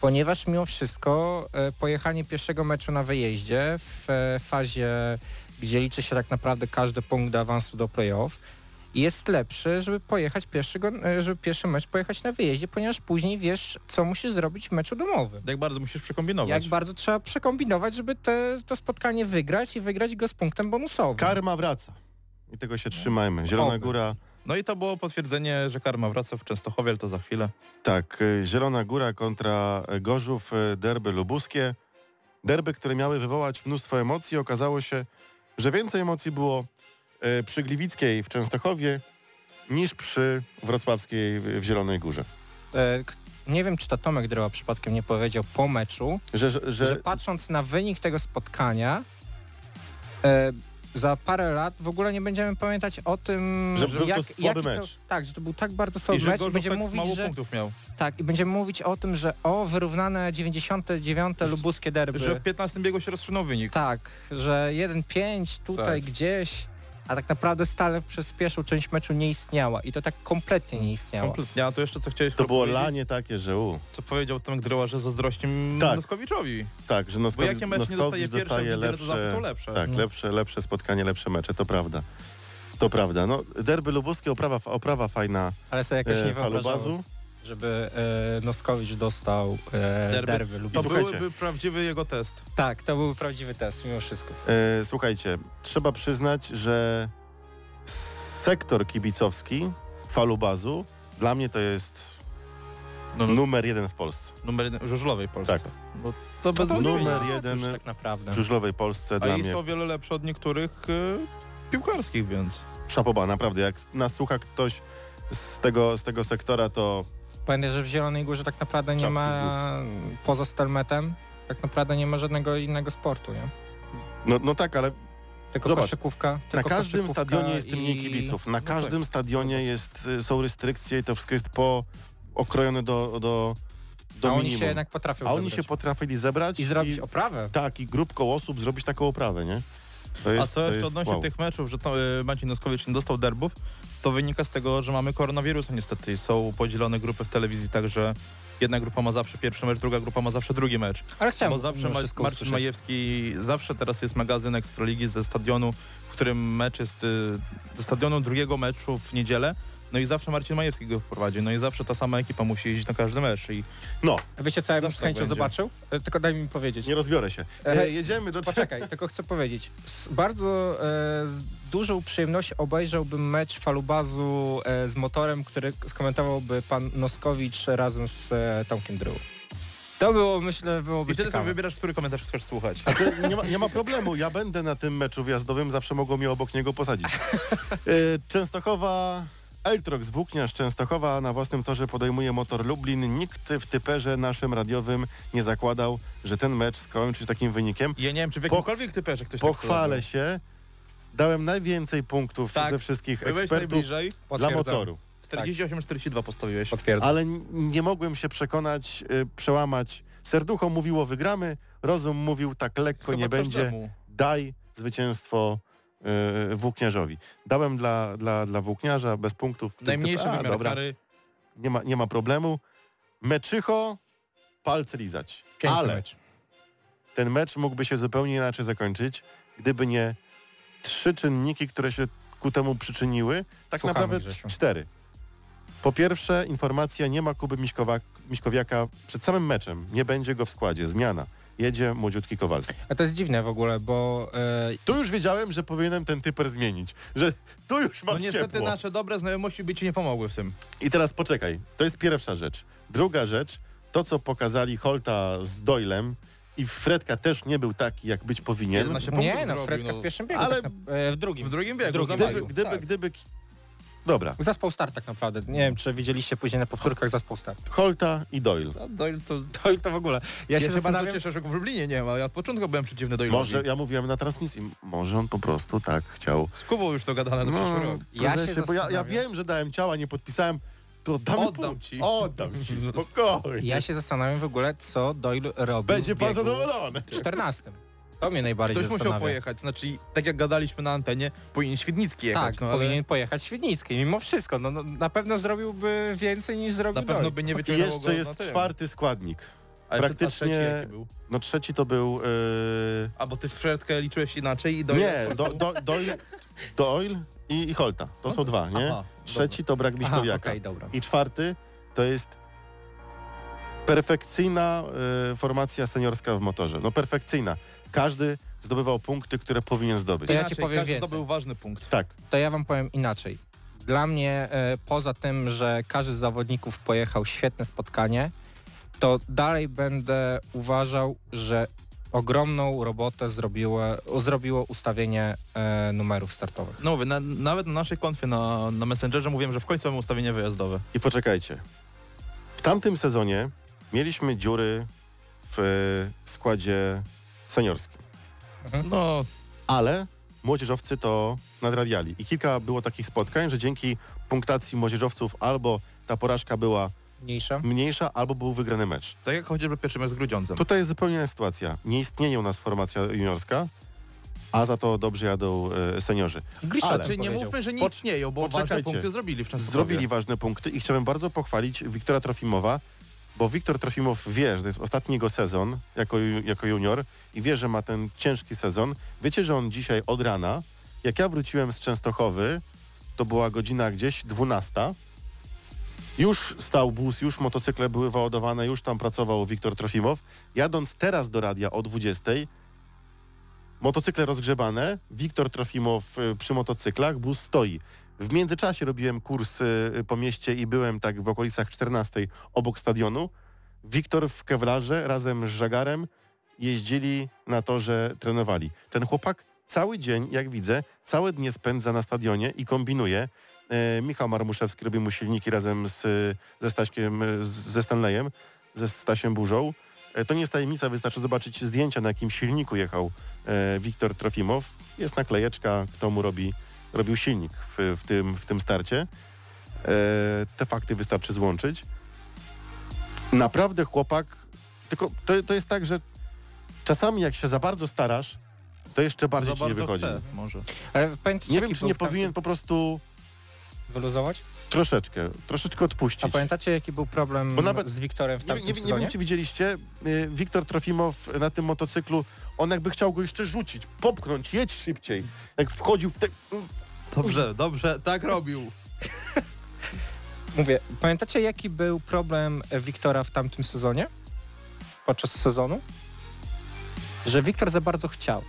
E: Ponieważ mimo wszystko e, pojechanie pierwszego meczu na wyjeździe w e, fazie, gdzie liczy się tak naprawdę każdy punkt do awansu do playoff, jest lepszy, żeby pojechać pierwszego, e, żeby pierwszy mecz pojechać na wyjeździe, ponieważ później wiesz, co musisz zrobić w meczu domowym.
D: Jak bardzo musisz przekombinować?
E: Jak bardzo trzeba przekombinować, żeby te, to spotkanie wygrać i wygrać go z punktem bonusowym.
B: Karma wraca. I tego się trzymajmy. Zielona
E: Oby.
B: Góra,
D: No i to było potwierdzenie, że karma wraca w Częstochowie, ale to za chwilę.
B: tak, y, Zielona Góra kontra y, Gorzów, y, derby lubuskie. Derby, które miały wywołać mnóstwo emocji, okazało się, że więcej emocji było y, przy Gliwickiej w Częstochowie niż przy wrocławskiej w w Zielonej Górze.
E: E, k- nie wiem, czy to Tomek Dryła przypadkiem nie powiedział po meczu,
B: Że, że,
E: że,
B: że
E: patrząc na wynik tego spotkania, e, za parę lat w ogóle nie będziemy pamiętać o tym,
B: Że był to słaby
E: jaki
B: mecz.
E: tak, że to był tak bardzo
D: I
E: słaby
D: że
E: mecz i
D: Gorzów
E: będziemy
D: tak
E: mówić,
D: mało
E: że
D: punktów miał.
E: tak, i będziemy mówić o tym, że o wyrównane 99 lubuskie derby.
D: Że w 15 biegu się rozstrzygnął wynik.
E: Tak, że 1-5 tutaj
D: Tak.
E: gdzieś a tak naprawdę stale przez pierwszą część meczu nie istniała i to tak kompletnie nie istniało.
D: Kompletnie. A to jeszcze co chciałeś
B: To było
D: powiedzieć?
B: lanie takie, że u.
D: Co powiedział Tomek Dryła, że zazdrości
B: Tak.
D: tak. Noskowiczowi.
B: Tak, że
D: Bo
B: Noskowi,
D: jakie mecz nie dostaje pierwsze, dostaje to zawsze są lepsze.
B: Tak,
E: No.
B: lepsze, lepsze spotkanie, lepsze mecze, to prawda. To prawda. No, derby lubuskie, oprawa, oprawa fajna
E: Ale sobie jakoś
B: e,
E: nie wyobrażam,
B: falubazu.
E: żeby e, Noskowicz dostał e, derby.
D: Derby.
E: lub...
D: To
B: Słuchajcie.
D: byłby prawdziwy jego test.
E: Tak, to był prawdziwy test mimo wszystko.
B: E, słuchajcie, trzeba przyznać, że sektor kibicowski falubazu dla mnie to jest
D: No,
B: numer jeden w Polsce.
D: Numer jeden w żużlowej Polsce.
B: Tak.
D: Bo to bez
E: No to
D: wątpienia.
B: numer
E: nie,
B: jeden
E: już tak naprawdę.
B: W żużlowej Polsce
D: A
B: dla
D: jej
B: mnie
D: są o wiele lepsze od niektórych y, piłkarskich, więc.
B: szapoba, naprawdę. Jak nas słucha ktoś z tego, z tego sektora, to
E: Pamiętaj, że w Zielonej Górze tak naprawdę nie
B: Czapki
E: ma, poza Stelmetem, tak naprawdę nie ma żadnego innego sportu, nie?
B: no, no tak, ale
E: Tylko
B: Zobacz,
E: koszykówka, tylko
B: na każdym
E: koszykówka
B: stadionie jest tym mniej
E: i-
B: kibiców. Na
E: tak.
B: każdym stadionie jest, y, są restrykcje i to wszystko jest po okrojone do, do, do
E: A oni
B: minimum.
E: się jednak potrafią
B: A oni się
E: zebrać.
B: potrafili zebrać
E: I zrobić oprawę.
B: tak, i grupką osób zrobić taką oprawę, nie? To
D: A co
B: to
D: jeszcze odnośnie
B: wow.
D: tych meczów, że to, y, Maciej Noskowicz nie dostał derbów, to wynika z tego, że mamy koronawirusa niestety i są podzielone grupy w telewizji, także jedna grupa ma zawsze pierwszy mecz, druga grupa ma zawsze drugi mecz.
E: Ale chciałem
D: Bo zawsze
E: mimo
D: Ma-
E: wszystko
D: Marcin
E: usłyszeć.
D: Majewski, zawsze teraz jest magazyn Ekstraligi ze stadionu, w którym mecz jest, y, ze stadionu drugiego meczu w niedzielę, no i zawsze Marcin Majewski go prowadzi, no i zawsze ta sama ekipa musi jeździć na każdy mecz i
B: No,
E: A Wiecie co ja bym z
D: Zawsze tak
E: chęcią
D: będzie.
E: zobaczył? E, Tylko daj mi powiedzieć.
B: nie rozbiorę się. E,
E: E,
B: jedziemy do...
E: Poczekaj, tylko chcę powiedzieć. Z bardzo e, z dużą przyjemnością obejrzałbym mecz falubazu e, z motorem, który skomentowałby pan Noskowicz razem z e, Tomkiem Dryłą. To było, myślę, byłoby
D: I wtedy sobie
E: ciekawe.
D: wybierasz, który komentarz chcesz słuchać.
B: A to nie, ma, nie ma problemu, ja będę na tym meczu wjazdowym, zawsze mogą mnie obok niego posadzić. E, Częstochowa, Eltrox Włókniarz Częstochowa na własnym torze podejmuje motor Lublin. Nikt w typerze naszym radiowym nie zakładał, że ten mecz skończy się takim wynikiem.
D: Ja nie wiem, czy w jakimkolwiek typerze ktoś tak
B: Pochwalę się, dałem najwięcej punktów
D: Tak,
B: ze wszystkich
D: Byłeś
B: ekspertów
D: najbliżej,
B: dla
E: Potwierdzam.
B: motoru.
D: Tak. 48-42 postawiłeś.
E: Potwierdzam.
B: Ale n- nie mogłem się przekonać, y, przełamać. Serducho mówiło wygramy, rozum mówił tak lekko
D: Chyba
B: nie będzie.
D: każdemu.
B: daj zwycięstwo y, włókniarzowi. Dałem dla, dla, dla włókniarza bez punktów. Typ, typ,
D: Najmniejszy
B: a,
D: wymiar
B: dobra,
D: kary.
B: nie ma, nie ma problemu. Meczycho, palce lizać.
E: Piękny
B: Ale
E: mecz.
B: ten mecz mógłby się zupełnie inaczej zakończyć, gdyby nie trzy czynniki, które się ku temu przyczyniły. Tak
E: Słuchamy,
B: naprawdę
E: Grzesiu.
B: cztery. Po pierwsze, informacja nie ma Kuby Miśkowa, Miśkowiaka przed samym meczem. Nie będzie go w składzie. Zmiana. Jedzie młodziutki Kowalski.
E: A to jest dziwne w ogóle, bo e,
B: Tu już wiedziałem, że powinienem ten typer zmienić. Że tu już mam
D: No niestety
B: ciepło.
D: nasze dobre znajomości by ci nie pomogły w tym.
B: I teraz poczekaj, to jest pierwsza rzecz. Druga rzecz, to co pokazali Holta z Doylem i Fredka też nie był taki, jak być powinien.
D: 11
E: nie,
D: punktów
E: no
D: zrobił,
E: Fredka
D: no.
E: w pierwszym biegu,
B: Ale
E: tak na, e, w drugim.
D: W drugim biegu,
E: Drugi.
D: za
B: Gdyby,
D: maju.
B: gdyby,
D: tak.
B: gdyby... ki- Dobra,
E: Zespół start tak naprawdę. Nie wiem, czy widzieliście później na powtórkach zespół start.
B: Holta i Doyle.
D: A Doyle to...
E: To, to w ogóle. Ja,
D: Ja,
E: się,
D: się bardzo
E: zastanawiam,
D: cieszę, że go w Lublinie nie ma. Ja od początku byłem przeciwny Doyle'owi.
B: Może, ja mówiłem na transmisji, może on po prostu tak chciał.
D: Z Kubą już to gadane na
B: No,
D: przyszły rok.
E: Ja się
B: prezesie, bo ja, ja
E: zastanawiam.
B: wiem, że dałem ciała, nie podpisałem, to dam
D: Oddam
B: punkt.
D: ci.
B: Oddam ci, spokojnie.
E: ja się zastanawiam w ogóle, co Doyle robi.
B: Będzie
E: w
B: pan
E: biegu
B: zadowolony.
E: 14. To mnie najbardziej
D: Ktoś musiał
E: zastanawia.
D: pojechać, znaczy tak jak gadaliśmy na antenie, powinien Świdnicki jechać,
E: tak,
D: no ale
E: powinien pojechać Świdnicki, mimo wszystko. No, no, na pewno zrobiłby więcej niż zrobił
D: na pewno
E: Doyle.
D: by nie
B: I
D: wyciągnął go
B: jeszcze
D: na
B: jest
D: tym.
B: czwarty składnik.
D: A jeszcze- a
B: praktycznie-
D: trzeci jaki był?
B: No trzeci to był... Yy...
D: A bo ty Fredkę liczyłeś inaczej i Doyle...
B: Nie, do, do, Doyle, Doyle i, i Holta. To są dwa, nie?
D: Aha,
B: Trzeci to brak
E: Aha, okej,
B: Miśkowiaka.
E: dobra.
B: I czwarty to jest perfekcyjna y, formacja seniorska w motorze. No perfekcyjna. Każdy zdobywał punkty, które powinien zdobyć.
E: To ja ci
D: Inaczej,
E: powiem
D: każdy
E: więcej.
D: zdobył ważny punkt.
B: Tak,
E: To ja wam powiem inaczej. Dla mnie, e, poza tym, że każdy z zawodników pojechał świetne spotkanie, to dalej będę uważał, że ogromną robotę zrobiło, zrobiło ustawienie e, numerów startowych.
D: No mówię, na, nawet na naszej konfie na, na Messengerze mówiłem, że w końcu mamy ustawienie wyjazdowe.
B: i poczekajcie. W tamtym sezonie mieliśmy dziury w y, składzie seniorskim,
E: Mhm.
D: No,
B: ale młodzieżowcy to nadrabiali. I kilka było takich spotkań, że dzięki punktacji młodzieżowców albo ta porażka była
E: Mniejsza?
B: mniejsza albo był wygrany mecz.
D: tak jak chociażby pierwszy mecz z Grudziądzem.
B: Tutaj jest zupełnie inna sytuacja. Nie istnieje u nas formacja juniorska. a za to dobrze jadą e, seniorzy.
E: Glisza
B: Ale-
D: Czyli nie
E: powiedział.
D: mówmy, że nic
B: Pocz-
D: nie ją, bo ważne
B: poczekajcie.
D: punkty zrobili w Częstochowie.
B: Zrobili ważne punkty i chciałem bardzo pochwalić Wiktora Trofimowa, bo Wiktor Trofimow wie, że to jest ostatni jego sezon jako, ju- jako junior i wie, że ma ten ciężki sezon. Wiecie, że on dzisiaj od rana, jak ja wróciłem z Częstochowy, to była godzina gdzieś 12. Już stał bus, już motocykle były waładowane, już tam pracował Wiktor Trofimow. Jadąc teraz do radia o 20, motocykle rozgrzebane, Wiktor Trofimow y, przy motocyklach, bus stoi. W międzyczasie robiłem kurs y, y, po mieście i byłem tak w okolicach 14 obok stadionu. Wiktor w Kewlarze razem z Żagarem jeździli na to, że trenowali. Ten chłopak cały dzień, jak widzę, całe dnie spędza na stadionie i kombinuje. E, Michał Marmuszewski robi mu silniki razem z, y, ze Staśkiem, y, z, ze Stanleyem, ze Stasiem Burzą. E, to nie jest tajemnica, wystarczy zobaczyć zdjęcia, na jakim silniku jechał e, Wiktor Trofimow. Jest naklejeczka, kto mu robi, robił silnik w, w, tym, w tym starcie. E, te fakty wystarczy złączyć. Naprawdę chłopak, tylko to, to jest tak, że czasami jak się za bardzo starasz, to jeszcze bardziej
D: Za
B: ci nie
D: bardzo
B: wychodzi.
D: chce, może.
E: Ale pamiętacie,
B: Nie wiem,
E: jaki
B: czy
E: był
B: nie
E: wprawdzie-
B: powinien po prostu
E: Wyluzować?
B: troszeczkę, troszeczkę
E: A
B: odpuścić.
E: pamiętacie, jaki był problem
B: Bo nawet-
E: z Wiktorem w
B: Nie,
E: tamtym
B: nie, nie
E: sezonie?
B: wiem, czy widzieliście, y, Wiktor Trofimow na tym motocyklu, on jakby chciał go jeszcze rzucić, popchnąć, jedź szybciej. Jak wchodził w te...
D: Dobrze, dobrze, tak robił.
E: Mówię, pamiętacie jaki był problem e, Wiktora w tamtym sezonie? Podczas sezonu? Że Wiktor za bardzo chciał.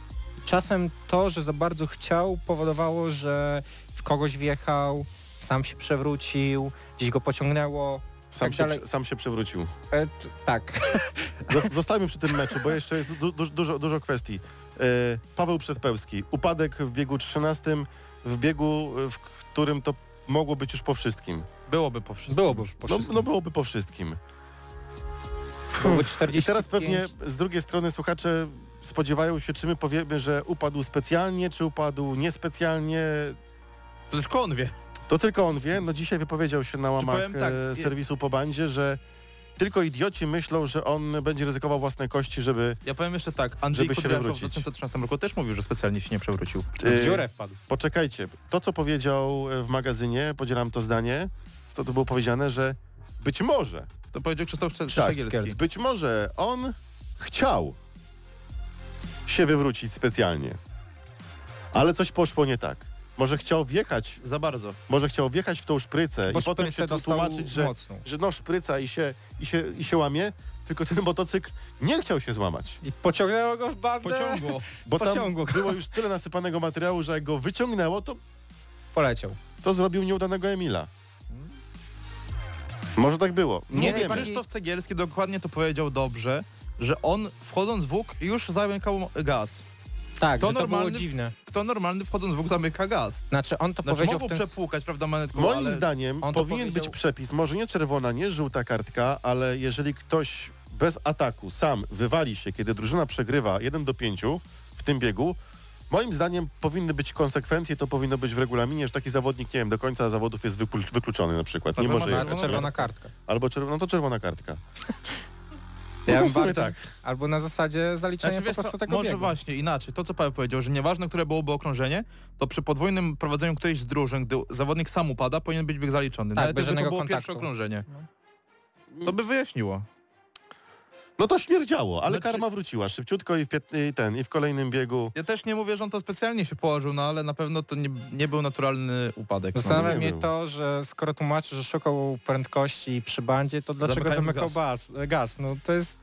E: Czasem to, że za bardzo chciał powodowało, że w kogoś wjechał, sam się przewrócił, gdzieś go pociągnęło.
B: Sam,
E: Tak
B: się,
E: dalej.
B: prze- sam się przewrócił.
E: E, t- tak.
B: Zo- Zostańmy przy tym meczu, bo jeszcze jest du, du, dużo, dużo kwestii. E, Paweł Przedpełski, upadek w biegu 13, w biegu, e, w którym to mogło być już po wszystkim.
D: Byłoby po wszystkim.
E: Byłoby już po
B: No,
E: wszystkim.
B: no byłoby po wszystkim.
E: Byłoby
B: I
E: 45.
B: teraz pewnie z drugiej strony słuchacze spodziewają się, czy my powiemy, że upadł specjalnie, czy upadł niespecjalnie.
D: To tylko on wie.
B: To tylko on wie. No dzisiaj wypowiedział się na łamach
D: powiem tak,
B: e,
D: je-
B: serwisu po bandzie, że tylko idioci myślą, że on będzie ryzykował własne kości, żeby
D: Ja powiem jeszcze tak, Andrzej
B: Żeby się
D: Kudryaszow w
B: wywrócić. Y,
D: 2013 roku też mówił, że specjalnie się nie przewrócił.
E: W dziurę wpadł.
B: Poczekajcie, to co powiedział e, w magazynie, podzielam to zdanie, to tu było powiedziane, że być może,
D: To powiedział Krzysztof Cze-
B: Tak,
D: Szegielski.
B: być może on chciał się wywrócić specjalnie, ale coś poszło nie tak. Może chciał wjechać,
D: Za bardzo.
B: może chciał wjechać w tą szprycę
E: Bo
B: i potem
E: szprycę
B: się tu
E: dostał
B: tłumaczyć, że,
E: mocną.
B: że no szpryca i się, i, się, i się łamie, tylko ten motocykl nie chciał się złamać.
E: I pociągnęło go w bandę.
D: Pociągło.
B: Bo tam
E: Pociągło go.
B: było już tyle nasypanego materiału, że jak go wyciągnęło, to
E: Poleciał.
B: to zrobił nieudanego Emila. Może tak było. Nie,
E: Nie
B: wiemy.
E: najbardziej-
D: Krzysztof Cegielski dokładnie to powiedział dobrze, że on wchodząc w łuk już zamykał gaz.
E: Tak,
D: To
E: to, że to było
D: normalny-
E: dziwne.
D: Kto normalny wchodząc w łuk zamyka gaz?
E: Znaczy on to
D: Znaczy
E: powiedział
D: mogą
E: w ten
D: przepłukać, prawda, manetką,
B: Moim
D: ale...
B: zdaniem
E: on to
B: powinien być
E: powiedział-
B: przepis, może nie czerwona, nie żółta kartka, ale jeżeli ktoś bez ataku sam wywali się, kiedy drużyna przegrywa 1 do 5 w tym biegu, moim zdaniem powinny być konsekwencje, to powinno być w regulaminie, że taki zawodnik, nie wiem, do końca zawodów jest wyklu- wykluczony na przykład.
D: No
B: Nie
D: to
B: może
D: masz-
B: jechać.
E: Albo
D: Czerwona
E: czerwona kartka.
B: Albo czerwona, no to czerwona kartka.
E: Ja
B: No to
E: bym
B: w sumie
E: bardziej-
B: tak.
E: Albo na zasadzie zaliczenia
D: Znaczy, wiesz
E: po prostu
D: co,
E: tego
D: może
E: biegu.
D: właśnie inaczej, to co Paweł powiedział, że nieważne, które byłoby okrążenie, to przy podwójnym prowadzeniu którejś z drużyn, gdy zawodnik sam upada, powinien być bieg zaliczony.
E: Tak,
D: Nawet
E: bez
D: jeżeli to
E: żadnego
D: było
E: kontaktu.
D: pierwsze okrążenie. To by wyjaśniło.
B: No to śmierdziało, ale
D: Znaczy-
B: karma wróciła szybciutko i w, pię- i ten, i w kolejnym biegu
D: Ja też nie mówię, że on to specjalnie się położył, no ale na pewno to nie, nie był naturalny upadek. No.
E: Zastanawia
B: nie
E: mnie
B: był.
E: to, że skoro tłumaczy, że szukał prędkości przy bandzie, to dlaczego
D: Zamykając
E: zamykał gaz. gaz? No to jest...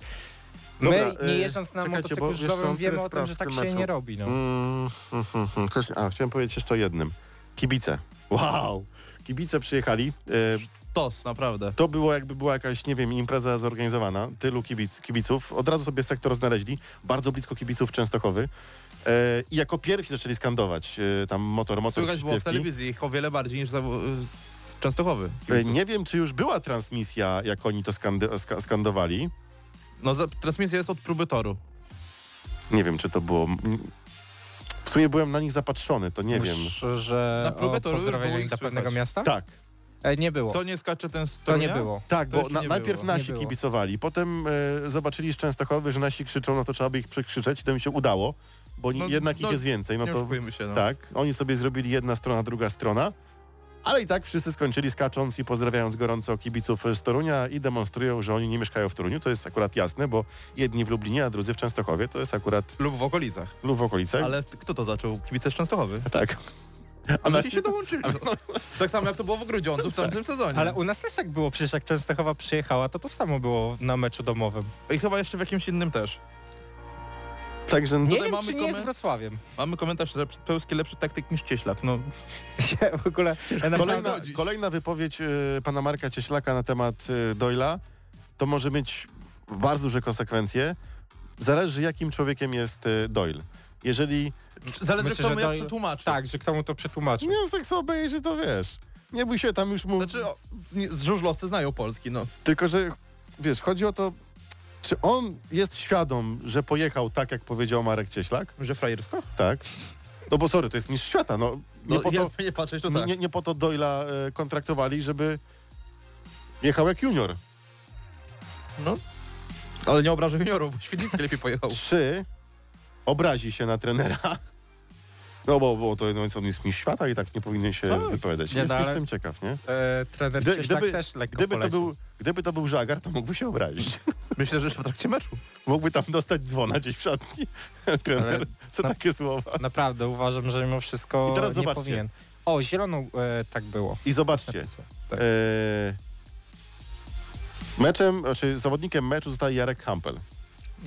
B: Dobra,
E: My, nie
B: e,
E: jeżdżąc na
B: czekajcie, bo
E: motocyklu
B: jeszcze
E: żużlowym,
B: mam tyle
E: wiemy o tym,
B: spraw
E: że
B: w
E: tak
B: tym
E: się
B: meczu.
E: nie robi. No.
B: Mm, hmm, hmm, hmm. Też, a, chciałem powiedzieć jeszcze o jednym. Kibice. Wow! Kibice przyjechali. E,
D: Tos, naprawdę.
B: to było jakby była jakaś, nie wiem, impreza zorganizowana. Tylu kibic, kibiców. Od razu sobie sektor znaleźli. Bardzo blisko kibiców Częstochowy. E, I jako pierwsi zaczęli skandować e, tam motor, motor,
D: Słychać było w
B: śpiewki.
D: telewizji ich o wiele bardziej niż za, z Częstochowy.
B: E, Nie wiem, czy już była transmisja, jak oni to skandy, ska, skandowali.
D: No za, transmisja jest od próby toru.
B: Nie wiem, czy to było... W sumie byłem na nich zapatrzony, to nie wiem.
E: Że- Że
D: Na próbę
E: o
D: to już
E: pozdrowieniu
D: było
E: ich
D: ich
E: dla pewnego
D: słychać.
E: miasta?
B: Tak.
E: E, nie było. To,
D: To nie skacze ten z
E: nie
D: Torunia?
E: było.
B: Tak,
D: To
B: bo
D: jeszcze
B: na,
D: nie
B: najpierw
D: było.
B: nasi
E: Nie było.
B: kibicowali, potem e, zobaczyli z Częstochowy, że nasi krzyczą, no to trzeba by ich przekrzyczeć i to mi się udało, bo
D: No,
B: jednak
D: no,
B: ich jest więcej, no
D: nie
B: to
D: oszukujmy się. No.
B: tak, oni sobie zrobili jedna strona, druga strona, ale i tak wszyscy skończyli skacząc i pozdrawiając gorąco kibiców z Torunia i demonstrują, że oni nie mieszkają w Toruniu, to jest akurat jasne, bo jedni w Lublinie, a drudzy w Częstochowie, to jest akurat
D: Lub w okolicach.
B: lub w okolicach.
D: Ale t- kto to zaczął? Kibice z Częstochowy.
B: Tak.
D: A nasi się dołączyli. No. Tak samo jak to było w Grudziądzu w tamtym sezonie.
E: Ale u nas też tak było, przecież jak Częstochowa przyjechała, to to samo było na meczu domowym.
D: I chyba jeszcze w jakimś innym też.
B: Także no
E: Nie
D: Tutaj
E: wiem,
D: mamy
E: czy nie jest
D: komen-
E: Wrocławiem.
D: Mamy komentarz, że Pełski lepszy taktyk niż Cieślak. No,
E: Się w ogóle...
B: Kolejna,
D: Naprawdę.
B: kolejna wypowiedź y, pana Marka Cieślaka na temat y, Doyla to może mieć bardzo duże konsekwencje. Zależy jakim człowiekiem jest y, Doyle. Jeżeli
D: zależy
E: Myślę,
D: kto
E: że
D: mu jak
E: Doyle-
D: przetłumaczy.
E: Tak, że kto mu to przetłumaczył.
B: nie tak sobie obejrzy, to wiesz. Nie bój się, tam już mu...
D: Znaczy, o, nie, żużlowcy znają polski, no.
B: Tylko, że wiesz, chodzi o to, czy on jest świadom, że pojechał tak, jak powiedział Marek Cieślak?
D: Że frajersko?
B: Tak. No bo sorry, to jest mistrz świata, no. Nie,
D: No,
B: po, to,
D: jakby nie patrzeć, to tak.
B: nie, nie po to Doyla y, kontraktowali, żeby jechał jak junior.
D: No. Ale nie obrażę juniorów, bo Świdnicki lepiej pojechał.
B: Trzy, obrazi się na trenera. No bo, bo to no, on jest mistrz świata i tak nie powinien się
D: Tak.
B: wypowiadać.
E: Nie,
B: Jest,
E: no, ale-
B: Jestem ciekaw, nie?
E: E, trener
B: Gdy-
E: Cieślak
B: gdyby-
E: też lekko
B: Gdyby to,
E: polecił.
B: był, gdyby to był żagar, to mógłby się obrazić.
D: Myślę, że jeszcze w trakcie meczu.
B: Mógłby tam dostać dzwona gdzieś w szatni. Trener,
E: Ale-
B: co
E: no.
B: takie słowa.
E: Naprawdę uważam, że mimo wszystko
B: I teraz
E: nie
B: zobaczcie.
E: powinien. O, zieloną e, tak było.
B: I zobaczcie,
E: Tak.
B: e, meczem, znaczy zawodnikiem meczu zostaje Jarek Hampel.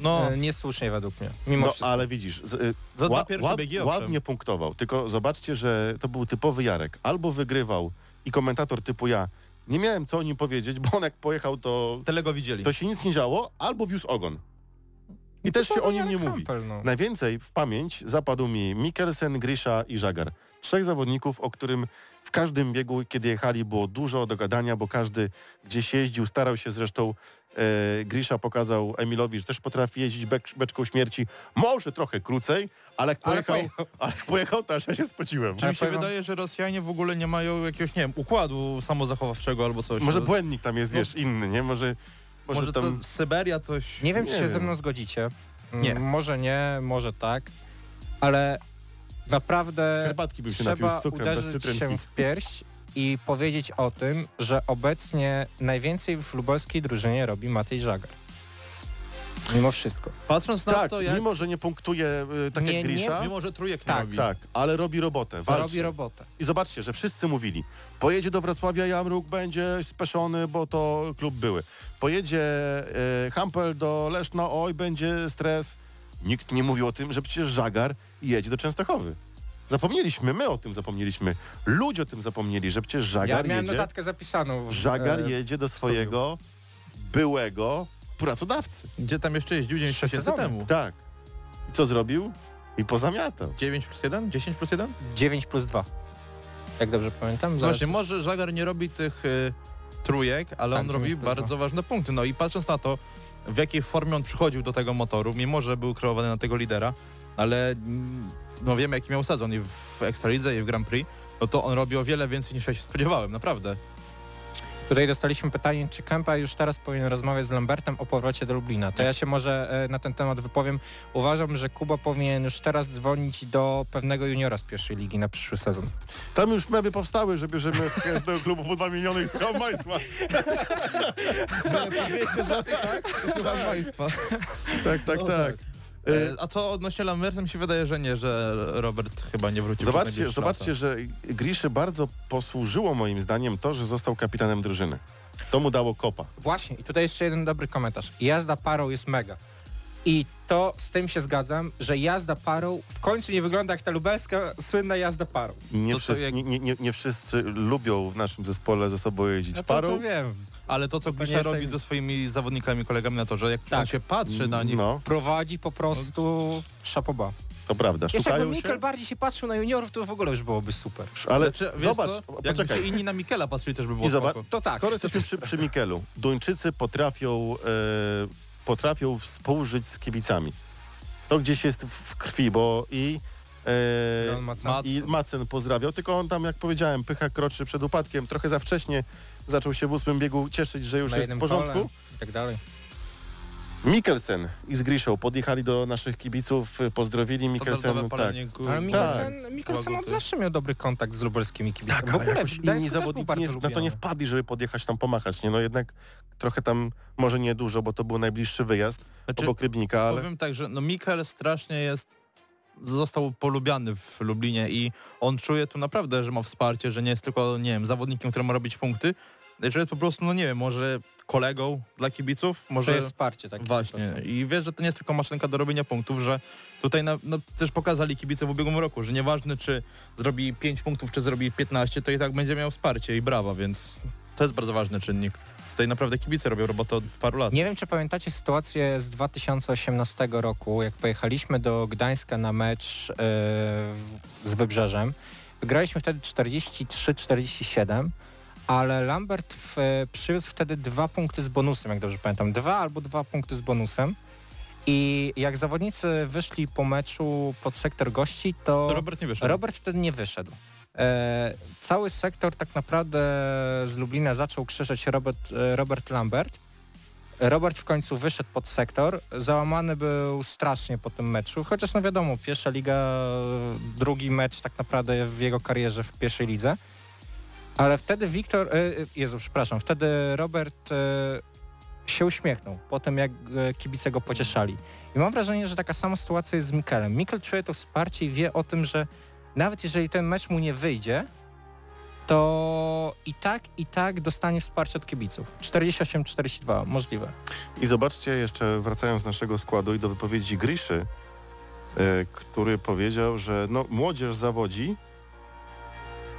D: No,
E: E, niesłusznie według mnie. Mimo
B: No
E: wszystko.
B: ale widzisz, z, y,
D: za dwa
B: Ła-
D: pierwsze
B: ład-
D: biegi owszem.
B: Ładnie punktował, tylko zobaczcie, że to był typowy Jarek. Albo wygrywał i komentator typu ja, nie miałem co o nim powiedzieć, bo on jak pojechał, to,
D: Tyle go widzieli.
B: to się nic nie działo, albo wiózł ogon.
E: No
B: I też się o nim nie
E: Jarek
B: mówi.
E: Hampel, no.
B: Najwięcej w pamięć zapadł mi Mikkelsen, Grisza i Żagar. Trzech zawodników, o którym w każdym biegu, kiedy jechali, było dużo do gadania, bo każdy gdzieś jeździł, starał się zresztą. E, Grisza pokazał Emilowi, że też potrafi jeździć bek, beczką śmierci. Może trochę krócej, ale jak
E: Ale
B: pojechał, ale jak pojechał to aż ja się spociłem.
D: Czy mi się
E: powiem wam-
D: wydaje, że Rosjanie w ogóle nie mają jakiegoś, nie wiem, układu samozachowawczego albo coś.
B: Może
D: To-
B: błędnik tam jest, wiesz, inny, nie? Może, może,
D: może
B: tam...
D: to Syberia coś...
E: Nie wiem, czy
B: Nie
E: się ze
B: wiem.
E: mną zgodzicie. Mm,
D: Nie.
E: Może nie, może tak, ale naprawdę
B: Herbatki bym się napił
E: trzeba
B: z cukrem, bez
E: uderzyć
B: cytrynki.
E: się w pierś i powiedzieć o tym, że obecnie najwięcej w lubelskiej drużynie robi Matej Żagar. Mimo wszystko.
D: Patrząc na
B: Tak,
D: to, jak...
B: mimo że nie punktuje y, tak
E: Nie,
B: jak
E: nie,
B: Grisza,
D: Mimo, że trójek nie
E: Tak.
D: robi.
B: tak, ale robi robotę, walczy.
E: Robi robotę.
B: I zobaczcie, że wszyscy mówili, pojedzie do Wrocławia Jamruk, będzie speszony, bo to klub były. Pojedzie e, Hampel do Leszna, oj, będzie stres. Nikt nie mówił o tym, że przecież Żagar jedzie do Częstochowy. Zapomnieliśmy, my o tym zapomnieliśmy. Ludzie o tym zapomnieli, że przecież
E: Ja
B: Żagar
E: miałem
B: jedzie,
E: notatkę zapisaną. w-
B: Żagar
E: e,
B: jedzie do swojego byłego pracodawcy.
D: Gdzie tam jeszcze jeździł 9
E: Trzy
D: miesięcy
E: sezony.
D: temu?
B: Tak. I Co zrobił? I pozamiatał.
D: 9 plus 1? 10 plus 1?
E: 9 plus 2. Jak dobrze pamiętam. zaraz-
D: Właśnie, może Żagar nie robi tych y, trójek, ale
E: Tak,
D: on
E: dziewięć
D: robi
E: plus dwa.
D: bardzo ważne punkty. No i patrząc na to, w jakiej formie on przychodził do tego motoru, mimo że był kreowany na tego lidera, ale mm, no wiemy jaki miał sezon i w Ekstralidze i w Grand Prix, no to on robi o wiele więcej niż ja się spodziewałem, naprawdę.
E: Tutaj dostaliśmy pytanie, czy Kempa już teraz powinien rozmawiać z Lambertem o powrocie do Lublina.
B: Tak.
E: To ja się może e, na ten temat wypowiem. Uważam, że Kuba powinien już teraz dzwonić do pewnego juniora z pierwszej ligi na przyszły sezon.
B: Tam już memy powstały, że bierzemy z każdego klubu po 2 miliony i z państwa.
D: Słucham tak? Państwa.
B: Tak, tak, tak.
D: E, A co odnośnie Lamberta, mi się wydaje, że nie, że Robert chyba nie wrócił. przez
B: Zobaczcie,
D: najbliższe
B: zobaczcie, że Griszy bardzo posłużyło moim zdaniem to, że został kapitanem drużyny. To mu dało kopa.
E: Właśnie, i tutaj jeszcze jeden dobry komentarz. Jazda parą jest mega. I to z tym się zgadzam, że jazda parą w końcu nie wygląda jak ta lubelska słynna jazda parą.
B: Nie,
D: To co,
B: wszyscy,
D: jak-
B: nie, nie, nie, nie wszyscy lubią w naszym zespole ze sobą jeździć
E: Ja No to, to
B: parą.
E: wiem.
D: lata. Ale to, co
E: nie
D: Grisza
E: jestem-
D: robi ze swoimi zawodnikami, kolegami na torze, jak on
E: Tak.
D: się patrzy na nich,
B: No,
E: Prowadzi po prostu szapoba.
B: to prawda.
E: Jeszcze jakby
B: Szukają się,
E: Mikkel bardziej się patrzył na juniorów, to w ogóle już byłoby super.
B: ale
D: Znaczy, wiesz
B: zobacz,
D: co? Jakby się
B: poczekaj.
D: inni na Mikela patrzyli też by było
B: I zobacz,
D: spoko.
E: To tak.
B: skoro jesteśmy przy, przy Mikelu, Duńczycy potrafią, e, potrafią współżyć z kibicami. To gdzieś jest w krwi, bo i... E,
E: On ma całą-
D: Ma-
B: I Macen pozdrawiał, tylko on tam, jak powiedziałem, pycha kroczy przed upadkiem. Trochę za wcześnie zaczął się w ósmym biegu cieszyć, że już
E: na
B: jest w
E: jednym
B: porządku.
E: kole i tak dalej.
B: Mikkelsen i z Griszą podjechali do naszych kibiców, y, pozdrowili
D: Standardowe
B: Mikkelsenu. Tak.
D: palenie tak.
E: Ale Mikkelsen, Mikkelsen od
D: Łagoty.
E: zawsze miał dobry kontakt z lubelskimi kibicami.
B: Tak,
E: No w
B: ale
E: ogóle
B: jakoś
E: w Gdańsku
B: inni
E: też był
B: zawodnicy
E: bardzo
B: nie, na to nie
E: lubiany.
B: wpadli, żeby podjechać tam pomachać, nie? No jednak trochę tam, może nie dużo, bo to był najbliższy wyjazd
D: Znaczy,
B: obok Rybnika, ale
D: Powiem tak, że no Mikkel strasznie jest został polubiany w Lublinie i on czuje tu naprawdę, że ma wsparcie, że nie jest tylko, nie wiem, zawodnikiem, który ma robić punkty, lecz że jest po prostu, no nie wiem, może kolegą dla kibiców, może...
E: To jest wsparcie takie.
D: Właśnie. I wiesz, że to nie jest tylko maszynka do robienia punktów, że tutaj na, no, też pokazali kibice w ubiegłym roku, że nieważne czy zrobi 5 punktów, czy zrobi 15, to i tak będzie miał wsparcie i brawa, więc to jest bardzo ważny czynnik. Tutaj naprawdę kibice robią robotę od paru lat.
E: Nie wiem, czy pamiętacie sytuację z 2018 roku, jak pojechaliśmy do Gdańska na mecz e, w- z Wybrzeżem. Wygraliśmy wtedy 43-47, ale Lambert w, e, przywiózł wtedy dwa punkty z bonusem, jak dobrze pamiętam. Dwa albo dwa punkty z bonusem. I jak zawodnicy wyszli po meczu pod sektor gości, to...
D: To Robert nie wyszedł.
E: Robert wtedy nie wyszedł. E, cały sektor tak naprawdę z Lublina zaczął krzyczeć Robert, e, Robert Lambert. Robert w końcu wyszedł pod sektor, załamany był strasznie po tym meczu, chociaż no wiadomo, pierwsza liga, e, drugi mecz tak naprawdę w jego karierze w pierwszej lidze. Ale wtedy Wiktor, e, e, Jezu, przepraszam, wtedy Robert e, się uśmiechnął po tym, jak e, kibice go pocieszali. I mam wrażenie, że taka sama sytuacja jest z Mikelem. Mikel czuje to wsparcie i wie o tym, że nawet jeżeli ten mecz mu nie wyjdzie, to i tak, i tak dostanie wsparcie od kibiców. 48-42, możliwe.
B: I zobaczcie jeszcze, wracając z naszego składu i do wypowiedzi Griszy, e, który powiedział, że no, młodzież zawodzi,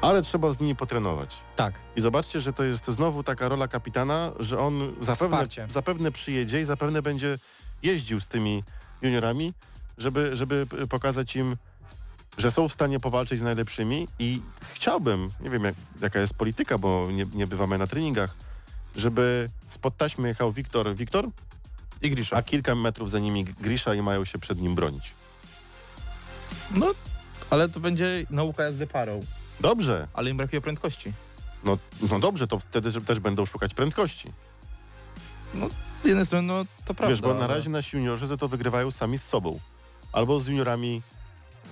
B: ale trzeba z nimi potrenować.
E: Tak.
B: I zobaczcie, że to jest znowu taka rola kapitana, że on zapewne,
E: Wsparcie.
B: zapewne przyjedzie i zapewne będzie jeździł z tymi juniorami, żeby, żeby p- pokazać im, że są w stanie powalczyć z najlepszymi i chciałbym, nie wiem jak, jaka jest polityka, bo nie, nie bywamy na treningach, żeby spod taśmy jechał Wiktor, Wiktor,
D: I Grisza.
B: a kilka metrów za nimi Grisza i mają się przed nim bronić.
D: No, ale to będzie nauka jazdy parą,
B: Dobrze,
D: ale im brakuje prędkości.
B: no, no dobrze, to wtedy też będą szukać prędkości.
D: Z jednej strony, no to prawda.
B: Wiesz, bo na
D: ale-
B: razie nasi juniorzy za to wygrywają sami z sobą. Albo z juniorami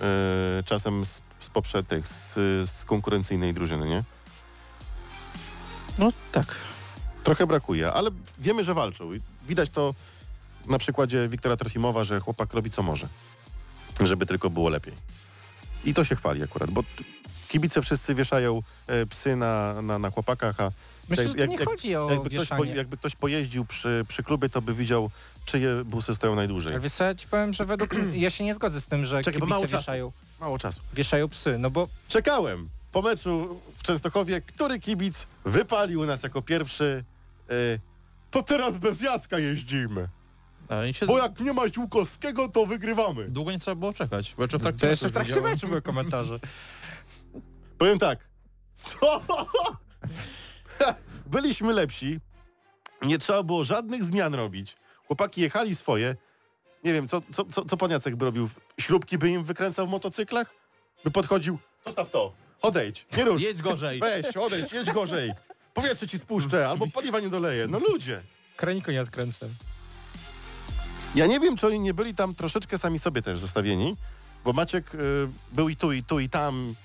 B: e, czasem z, z poprzednich, z, z konkurencyjnej drużyny, nie?
D: No tak.
B: Trochę brakuje, ale wiemy, że walczą. I Widać to na przykładzie Wiktora Trofimowa, że chłopak robi co może, żeby tylko było lepiej. I to się chwali akurat, bo t- kibice wszyscy wieszają e, psy na, na, na chłopakach, a
E: Myślę,
B: Tak,
E: że to
B: jak-
E: nie
B: jak-
E: chodzi o
B: jakby ktoś, po,
E: wieszanie.
B: jakby ktoś pojeździł przy, przy klubie, to by widział, czyje busy stoją najdłużej.
E: Ale wiesz co, ja ci powiem, że według ja się nie zgodzę z tym, że
B: Czekaj, bo mało
E: kibice
B: czasu.
E: wieszają,
B: Mało czasu.
E: wieszają psy, no bo
B: Czekałem po meczu w Częstochowie, który kibic wypalił nas jako pierwszy. y, to teraz bez Jacka jeździmy.
D: A, i się
B: Bo jak nie ma Ziółkowskiego, to wygrywamy.
D: Długo nie trzeba było czekać. Bo jeszcze w trakcie
E: to jeszcze
D: meczu
E: w trakcie
D: widziałem.
E: meczu były komentarze.
B: Powiem tak. Co? Byliśmy lepsi. Nie trzeba było żadnych zmian robić. Chłopaki jechali swoje. Nie wiem, co, co, co, co pan Jacek by robił? Śrubki by im wykręcał w motocyklach? By podchodził, zostaw to, odejdź, nie rusz.
D: Jedź gorzej.
B: Weź, odejdź, jedź gorzej. Powietrze ci spuszczę, albo paliwa nie doleję. No ludzie.
E: Kraniku nie odkręcę.
B: Ja nie wiem, czy oni nie byli tam troszeczkę sami sobie też zostawieni, bo Maciek y, był i tu, i tu, i tam.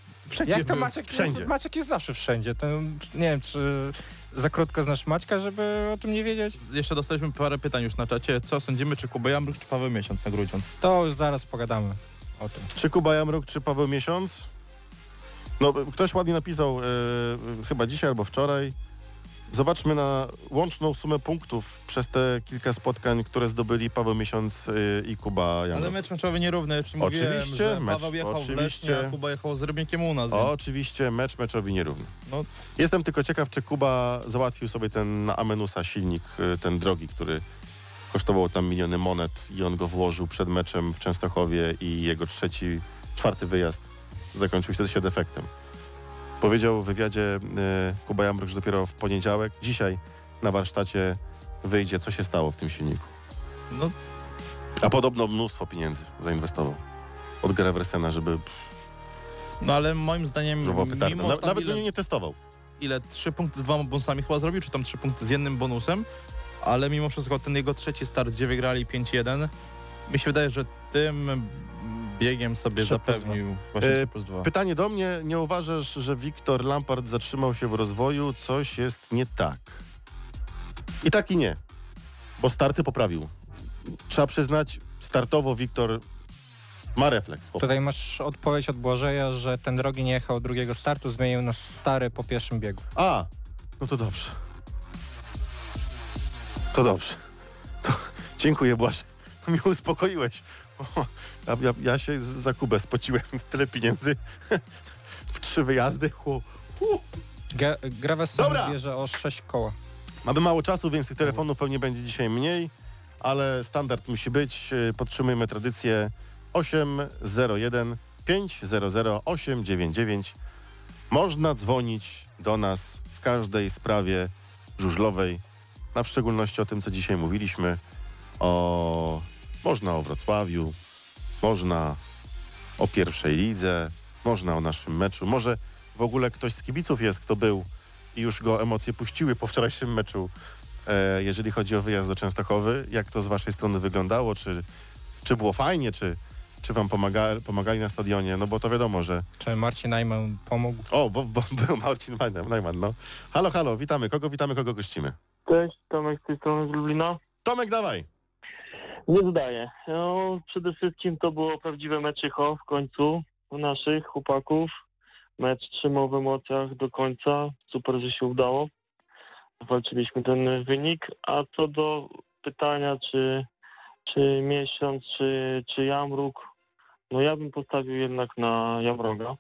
E: Jak to
B: był.
E: Maciek jest,
B: Wszędzie.
E: Maciek jest zawsze wszędzie. To, nie wiem, czy za krótko znasz Maćka, żeby o tym nie wiedzieć?
D: Jeszcze dostaliśmy parę pytań już na czacie. Co sądzimy, czy Kuba Jambruk, czy Paweł Miesiąc na grudziąc?
E: To już zaraz pogadamy o tym.
B: Czy Kuba Jamruk, czy Paweł Miesiąc? No, y, ktoś ładnie napisał, y, y, chyba dzisiaj albo wczoraj. Zobaczmy na łączną sumę punktów przez te kilka spotkań, które zdobyli Paweł Miesiąc y, i Kuba
D: Ale
B: Jamruk.
D: mecz meczowy nierówny. Już mówiłem,
B: Oczywiście,
D: że
B: mecz-
D: Paweł jechał w
B: oczywiście.
D: Lesznie, a Kuba jechał z Rybnikiem u nas.
B: O,
D: więc-
B: oczywiście mecz meczowi nierówny.
D: No.
B: Jestem tylko ciekaw, czy Kuba załatwił sobie ten na Amenusa silnik, y, ten drogi, który kosztował tam miliony monet i on go włożył przed meczem w Częstochowie i jego trzeci, czwarty wyjazd zakończył się, się defektem. Powiedział w wywiadzie y, Kuba Jambruk, że dopiero w poniedziałek, dzisiaj na warsztacie wyjdzie, co się stało w tym silniku.
D: No,
B: A podobno mnóstwo pieniędzy zainwestował od Greversena, żeby,
D: no ale moim zdaniem,
B: żeby pytać.
D: mimo że
B: Na,
D: tam
B: nawet
D: ile,
B: go nie testował.
D: ile 3 punkty z dwoma bonusami chyba zrobił, czy tam 3 punkty z jednym bonusem, ale mimo wszystko ten jego trzeci start, gdzie wygrali 5-1, mi się wydaje, że tym biegiem sobie
F: Trzy plus dwa.
D: zapewnił właśnie
B: E,
D: 3 plus 2.
B: Pytanie do mnie, nie uważasz, że Wiktor Lampard zatrzymał się w rozwoju? Coś jest nie tak. I tak i nie, bo starty poprawił. Trzeba przyznać, startowo Wiktor ma refleks. Po
E: Tutaj masz odpowiedź od Błażeja, że ten drogi nie jechał drugiego startu, zmienił nas stary po pierwszym biegu.
B: A, no to dobrze. To dobrze. To, dziękuję Błażej. Mnie uspokoiłeś. O, ja, ja, ja się z- za Kubę spociłem. Tyle pieniędzy w trzy wyjazdy. Hu, hu.
E: Ge- Graveson
B: Dobra.
E: bierze o 6 koła.
B: Mamy mało czasu, więc tych telefonów pewnie będzie dzisiaj mniej, ale standard musi być. Yy, Podtrzymujemy tradycję 801 500 899. Można dzwonić do nas w każdej sprawie żużlowej, na w szczególności o tym, co dzisiaj mówiliśmy. O... Można o Wrocławiu, można o pierwszej lidze, można o naszym meczu. Może w ogóle ktoś z kibiców jest, kto był i już go emocje puściły po wczorajszym meczu, e, jeżeli chodzi o wyjazd do Częstochowy. Jak to z waszej strony wyglądało? Czy, czy było fajnie? Czy, czy wam pomaga, pomagali na stadionie? No bo to wiadomo, że...
E: Czy Marcin Najman pomógł?
B: O, bo, bo był Marcin Najman, Najman, no. Halo, halo, witamy. Kogo witamy, kogo gościmy?
A: Cześć, Tomek z tej strony z Lublina.
B: Tomek, dawaj!
A: Nie zdaję. No, przede wszystkim to było prawdziwe meczycho w końcu u naszych chłopaków. Mecz trzymał w emocjach do końca. Super, że się udało. Walczyliśmy ten wynik. A co do pytania, czy, czy miesiąc, czy, czy Jamruk, no ja bym postawił jednak na Jamroga.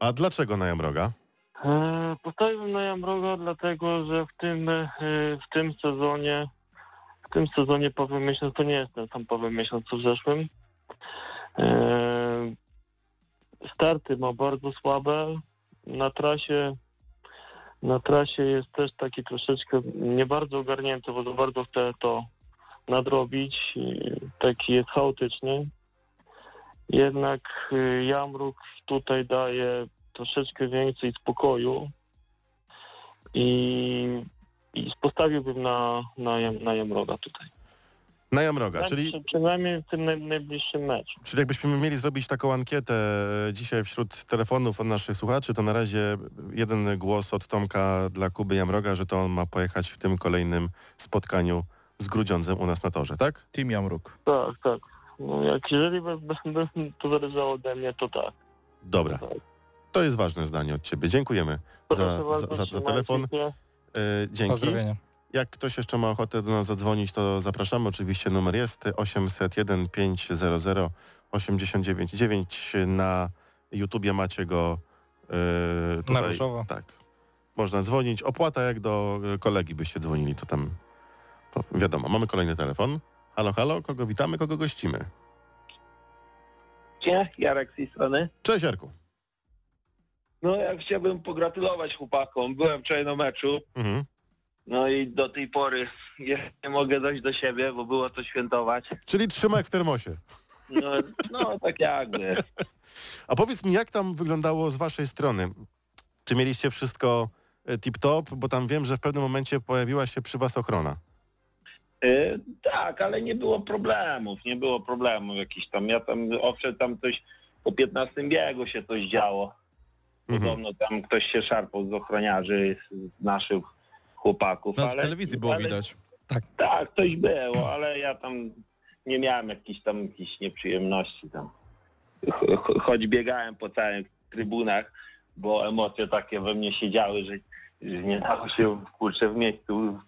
B: A dlaczego na Jamroga?
A: E, Postawiłbym na Jamroga dlatego, że w tym, e, w tym sezonie w tym sezonie Paweł Miesiąc to nie jest ten sam Paweł Miesiąc co w zeszłym. E, Starty ma bardzo słabe. Na trasie na trasie jest też taki troszeczkę nie bardzo ogarnięty, bo za bardzo chce to nadrobić. E, Taki jest chaotyczny. Jednak e, Jamruk tutaj daje troszeczkę więcej spokoju i, i postawiłbym na, na, Jam- na Jamroga tutaj.
B: Na Jamroga, czyli...
A: Przy- Tak, Przynajmniej w tym naj, najbliższym meczu.
B: Czyli jakbyśmy mieli zrobić taką ankietę e, dzisiaj wśród telefonów od naszych słuchaczy, to na razie jeden głos od Tomka dla Kuby Jamroga, że to on ma pojechać w tym kolejnym spotkaniu z Grudziądzem u nas na torze, tak?
D: Team Jamruk.
A: Tak, tak. No jak jeżeli by, by, by to zależało ode mnie, to tak.
B: Dobra,
A: tak.
B: to jest ważne zdanie od Ciebie. Dziękujemy
A: Proszę
B: za,
A: bardzo,
B: za, za, za
A: trzymajcie
B: telefon.
A: się.
B: E, dzięki.
E: Pozdrowienia.
B: Jak ktoś jeszcze ma ochotę do nas zadzwonić, to zapraszamy. Oczywiście numer jest 801 500 899 na YouTubie macie go e,
E: Na
B: tutaj.
E: różowo.
B: Tak. Można dzwonić. Opłata jak do e, kolegi byście dzwonili, to tam to wiadomo. Mamy kolejny telefon. Halo, halo, kogo witamy, kogo gościmy?
G: Cię, Jarek z tej strony.
B: Cześć Jarku.
G: No ja chciałbym pogratulować chłopakom. Byłem wczoraj na meczu,
B: Mhm.
G: no i do tej pory jeszcze nie mogę dojść do siebie, bo było co świętować.
B: Czyli trzymaj w termosie.
G: No, no tak jakby.
B: A powiedz mi, jak tam wyglądało z waszej strony? Czy mieliście wszystko e, tip-top? Bo tam wiem, że w pewnym momencie pojawiła się przy was ochrona.
G: Y, tak, ale nie było problemów, nie było problemów jakichś tam. Ja tam owszem tam coś po 15 biegu się coś działo.
B: Mhm.
G: Podobno tam ktoś się szarpał z ochroniarzy z naszych chłopaków.
D: No, z
G: ale-
D: telewizji było
G: ale
D: widać.
G: Tak, coś było, ale ja tam nie miałem jakichś tam jakichś nieprzyjemności tam. Cho- cho- Choć biegałem po całych trybunach, bo emocje takie we mnie siedziały, że, że nie dało się kurczę w miejscu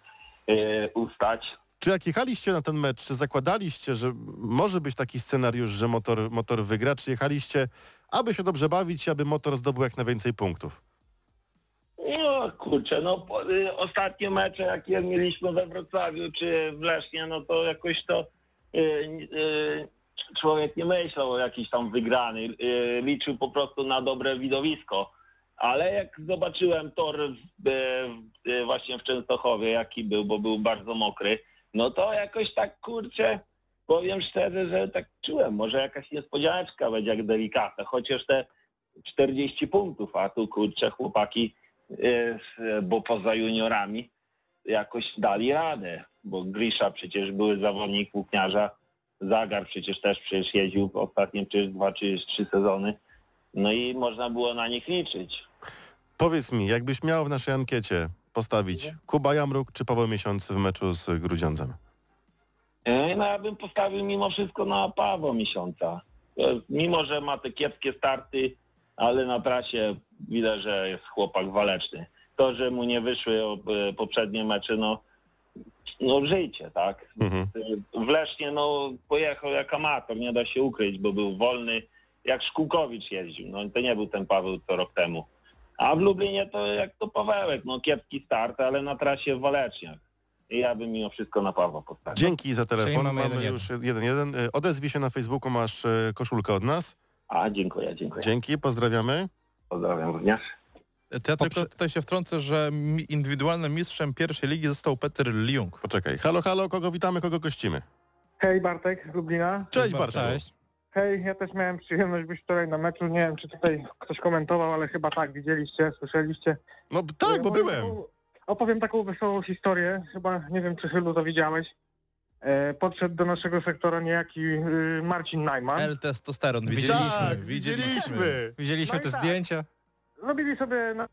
G: e, ustać.
B: Czy jak jechaliście na ten mecz, czy zakładaliście, że może być taki scenariusz, że motor, motor wygra? Czy jechaliście, aby się dobrze bawić i aby motor zdobył jak najwięcej punktów?
G: No kurczę, no po, y, ostatnie mecze jakie mieliśmy we Wrocławiu czy w Lesznie, no to jakoś to y, y, człowiek nie myślał o jakiś tam wygrany, y, liczył po prostu na dobre widowisko. Ale jak zobaczyłem tor w, e, w, e, właśnie w Częstochowie, jaki był, bo był bardzo mokry, no to jakoś tak kurczę, powiem szczerze, że tak czułem, może jakaś niespodzianeczka będzie jak delikatna, chociaż te 40 punktów, a tu kurczę Y, chłopaki, e, bo poza juniorami jakoś dali radę. bo Grisza przecież były zawodnik włókniarza, Zagar przecież też przecież jeździł ostatnie czy dwa czy trzy sezony, no i można było na nich liczyć.
B: Powiedz mi, jakbyś miał w naszej ankiecie postawić Kuba Jamruk czy Paweł Miesiąc w meczu z Grudziądzem?
G: E, No ja bym postawił mimo wszystko na Pawła Miesiąca. E, Mimo, że ma te kiepskie starty, ale na trasie widać, że jest chłopak waleczny. To, że mu nie wyszły o, e, poprzednie mecze, no, no życie, tak?
B: Mhm.
G: E, W Lesznie no, pojechał jak amator, nie da się ukryć, bo był wolny, jak Szkółkowicz jeździł. No to nie był ten Paweł co rok temu. A w Lublinie to jak to Pawełek, no kiepski start, ale na trasie waleczniak. I ja bym mimo wszystko na Pawła postawił.
B: Dzięki za telefon.
E: Czyli Tak, mamy
B: Mamy
E: jeden,
B: już jeden, jeden. Y, Odezwij się na Facebooku, masz y, koszulkę od nas.
G: A, dziękuję, dziękuję.
B: Dzięki, pozdrawiamy. E,
G: Pozdrawiam również.
D: To ja tylko
E: Poprze-
D: tutaj się wtrącę, że mi- indywidualnym mistrzem pierwszej ligi został Peter Liung.
B: Poczekaj. Halo, halo, kogo witamy, kogo gościmy?
H: Hej Bartek z Lublina.
B: Cześć Bartek.
E: Cześć.
H: Hej, ja też miałem przyjemność być wczoraj na meczu. Nie wiem, czy tutaj ktoś komentował, ale chyba tak, widzieliście, słyszeliście.
B: No b- tak,
H: Ja
B: bo
H: powiem
B: byłem.
H: taką- Opowiem taką wesołą historię, chyba nie wiem, czy chylu to widziałeś. E, podszedł do naszego sektora niejaki y, Marcin Najman.
D: L-testosteron, widzieliśmy.
E: Widzieliśmy,
B: Tak, widzieliśmy.
E: Widzieliśmy
H: No i
E: te
H: tak.
E: zdjęcia.
H: Zrobili sobie na...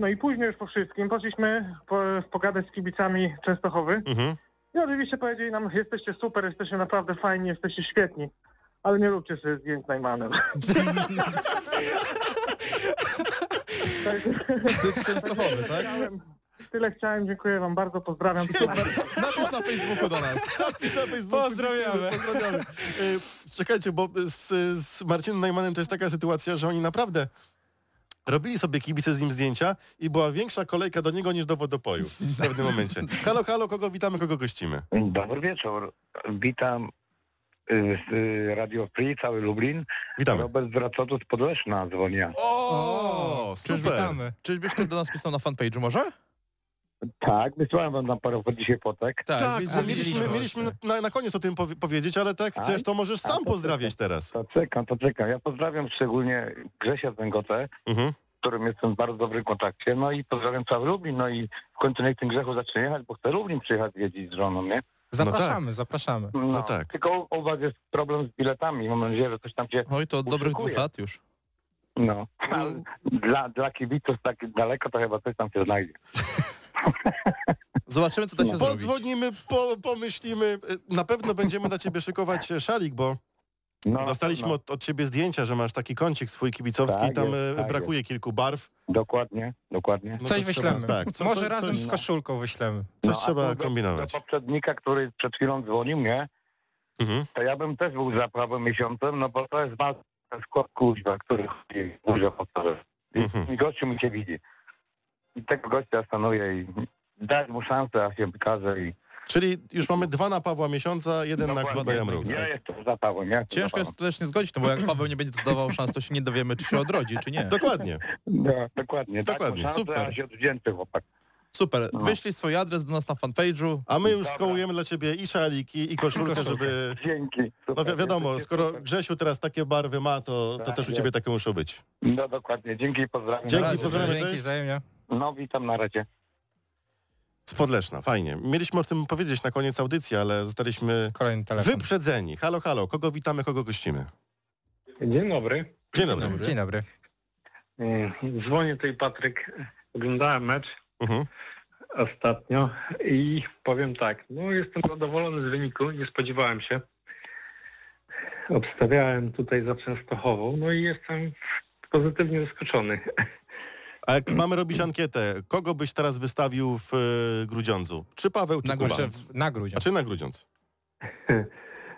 H: No i później już po wszystkim poszliśmy po, pogadać z kibicami Częstochowy.
B: Mhm.
H: I oczywiście powiedzieli nam, jesteście super, jesteście naprawdę fajni, jesteście świetni, ale nie róbcie sobie zdjęć z Najmanem. tak,
D: Ty Częstochowy, tak?
H: chciałem, tyle chciałem, dziękuję wam bardzo, pozdrawiam.
D: Super. tak, Napisz na Facebooku do nas.
B: Napisz na Facebooku.
E: Pozdrawiamy.
B: Pozdrawiamy. Y, Czekajcie, bo z, z Marcinem Najmanem to jest taka sytuacja, że oni naprawdę robili sobie kibice z nim zdjęcia i była większa kolejka do niego niż do wodopoju w pewnym momencie. Halo, halo, kogo witamy, kogo gościmy?
I: Dobry wieczór. Witam y, z y, Radio Free, cały Lublin.
B: Witamy.
I: Robert z Racotu z Podleszna dzwonię.
B: O,
E: Cześć,
B: super.
E: witamy.
D: Czyżbyś ty do nas pisał na fanpage'u może?
I: Tak, wysłałem wam tam parę dzisiaj fotek.
D: Tak,
B: Tak,
D: widzieliśmy.
B: bo mieliśmy, mieliśmy na, na koniec o tym powie- powiedzieć, ale tak chcesz, to możesz
I: A,
B: sam
I: to
B: pozdrawiać teraz.
I: To czekam, to czekam. Ja pozdrawiam szczególnie Grzesia Zęgotę,
B: Mhm.
I: z którym jestem w bardzo dobrym kontakcie. No i pozdrawiam cały Lublin. No i w końcu niech ten grzechu zacznie jechać, bo chcę Lublin przyjechać wiedzieć z żoną, nie?
E: Zapraszamy, zapraszamy.
I: No,
B: tak.
I: Tylko u was jest problem z biletami. Mam nadzieję, że coś tam się...
D: Oj, to od dobrych
I: Uszukuję.
D: dwóch lat już.
I: No. Dla, dla kibiców tak daleko to chyba coś tam się znajdzie.
D: Zobaczymy, co da się
I: No,
D: zrobić.
B: Podzwonimy, po, pomyślimy. y, Na pewno będziemy dla ciebie szykować e, szalik, bo
I: No,
B: dostaliśmy
I: no,
B: od, od ciebie zdjęcia, że masz taki kącik swój kibicowski
I: Tak
B: i tam
I: jest,
B: e,
I: tak
B: brakuje kilku barw.
I: Dokładnie, dokładnie.
B: No to
E: coś
B: trzeba-
E: wyślemy.
B: tak, co-
E: Może
B: coś-
E: razem
B: coś-
E: z koszulką wyślemy.
B: Coś
I: No, a
B: trzeba
I: co do-
B: kombinować.
I: Do poprzednika, który przed chwilą dzwonił, nie?
B: Mhm.
I: To ja bym też był za prawym miesiącem, no bo to jest bardzo skład kuźwa, który chodzi dużo po to. I,
B: Mhm.
I: I gościu mi się widzi. I tego gościa stanuje i dać mu szansę, a się wykaże i...
B: Czyli już mamy dwa na Pawła Miesiąca, jeden na
I: Dokładnie.
B: Kuba Jamruk.
I: Ja jestem za Pawłem, ja jestem
D: Ciężko
I: za
D: jest też nie zgodzić, no bo jak Paweł nie będzie zdawał szans, to się nie dowiemy, czy się odrodzi, czy nie.
B: Dokładnie.
I: No, dokładnie,
B: Dokładnie,
I: dokładnie, dać mu szansę,
B: super.
I: a się odwdzięczy chłopak.
D: Super,
I: No.
D: wyślij swój adres do nas na fanpage'u.
B: A my już
I: Dobra.
B: skołujemy dla ciebie i szalik, i, i koszulkę, żeby...
I: Dzięki.
B: No
I: Super,
B: wi- wiadomo,
I: jesteście
B: skoro
I: super.
B: Grzesiu teraz takie barwy ma, to, to
I: Tak,
B: też u
I: jest.
B: ciebie takie muszą być.
I: No dokładnie, dzięki i pozdrawiam.
B: Dzięki,
I: Na razie.
B: pozdrawiam. Pozdrawiamy,
E: Dzięki
B: cześć.
E: wzajemnie.
I: No, witam na razie.
B: Z Podleszna, fajnie. Mieliśmy o tym powiedzieć na koniec audycji, ale zostaliśmy
E: Kolejny telefon.
B: wyprzedzeni. Halo, halo, kogo witamy, kogo gościmy?
H: Dzień dobry.
B: Dzień dobry.
E: Dzień dobry.
H: Y, Dzwonię tutaj Patryk. Oglądałem mecz
B: Mhm.
H: ostatnio i powiem tak, no jestem zadowolony z wyniku, nie spodziewałem się. Obstawiałem tutaj za Częstochową, no i jestem pozytywnie zaskoczony.
B: A jak mamy robić ankietę, kogo byś teraz wystawił w e, Grudziądzu? Czy Paweł, czy
D: Na
B: Kuba?
D: Grudziądz.
E: Na grudzień.
B: A czy na Grudziądz?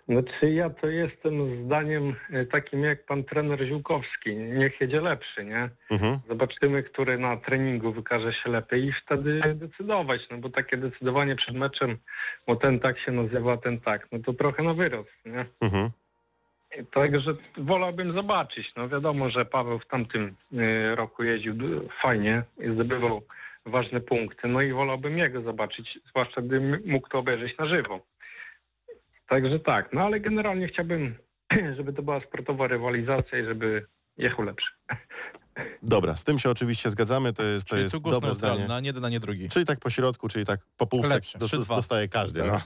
H: Znaczy ja to jestem zdaniem e, takim jak pan trener Ziółkowski, niech jedzie lepszy, nie?
B: Mhm.
H: Zobaczymy, który na treningu wykaże się lepiej i wtedy decydować, no bo takie decydowanie przed meczem, bo ten tak się nazywa, ten tak, no to trochę na wyrost, nie?
B: Mhm.
H: Także wolałbym zobaczyć. No wiadomo, że Paweł w tamtym y, roku jeździł d- fajnie i zdobywał ważne punkty. No i wolałbym jego zobaczyć, zwłaszcza gdybym mógł to obejrzeć na żywo. Także tak, no ale generalnie chciałbym, żeby to była sportowa rywalizacja i żeby jechał lepszy.
B: Dobra, z tym się oczywiście zgadzamy, to jest, to
D: Czyli
B: jest
D: tu głos
B: dobre zdanie.
D: neutralny, a nie jeden, a nie drugi.
B: Czyli tak po środku, czyli tak po półce
D: Lepsze,
B: dos-
D: trzy, dwa.
B: dostaje każdy. No.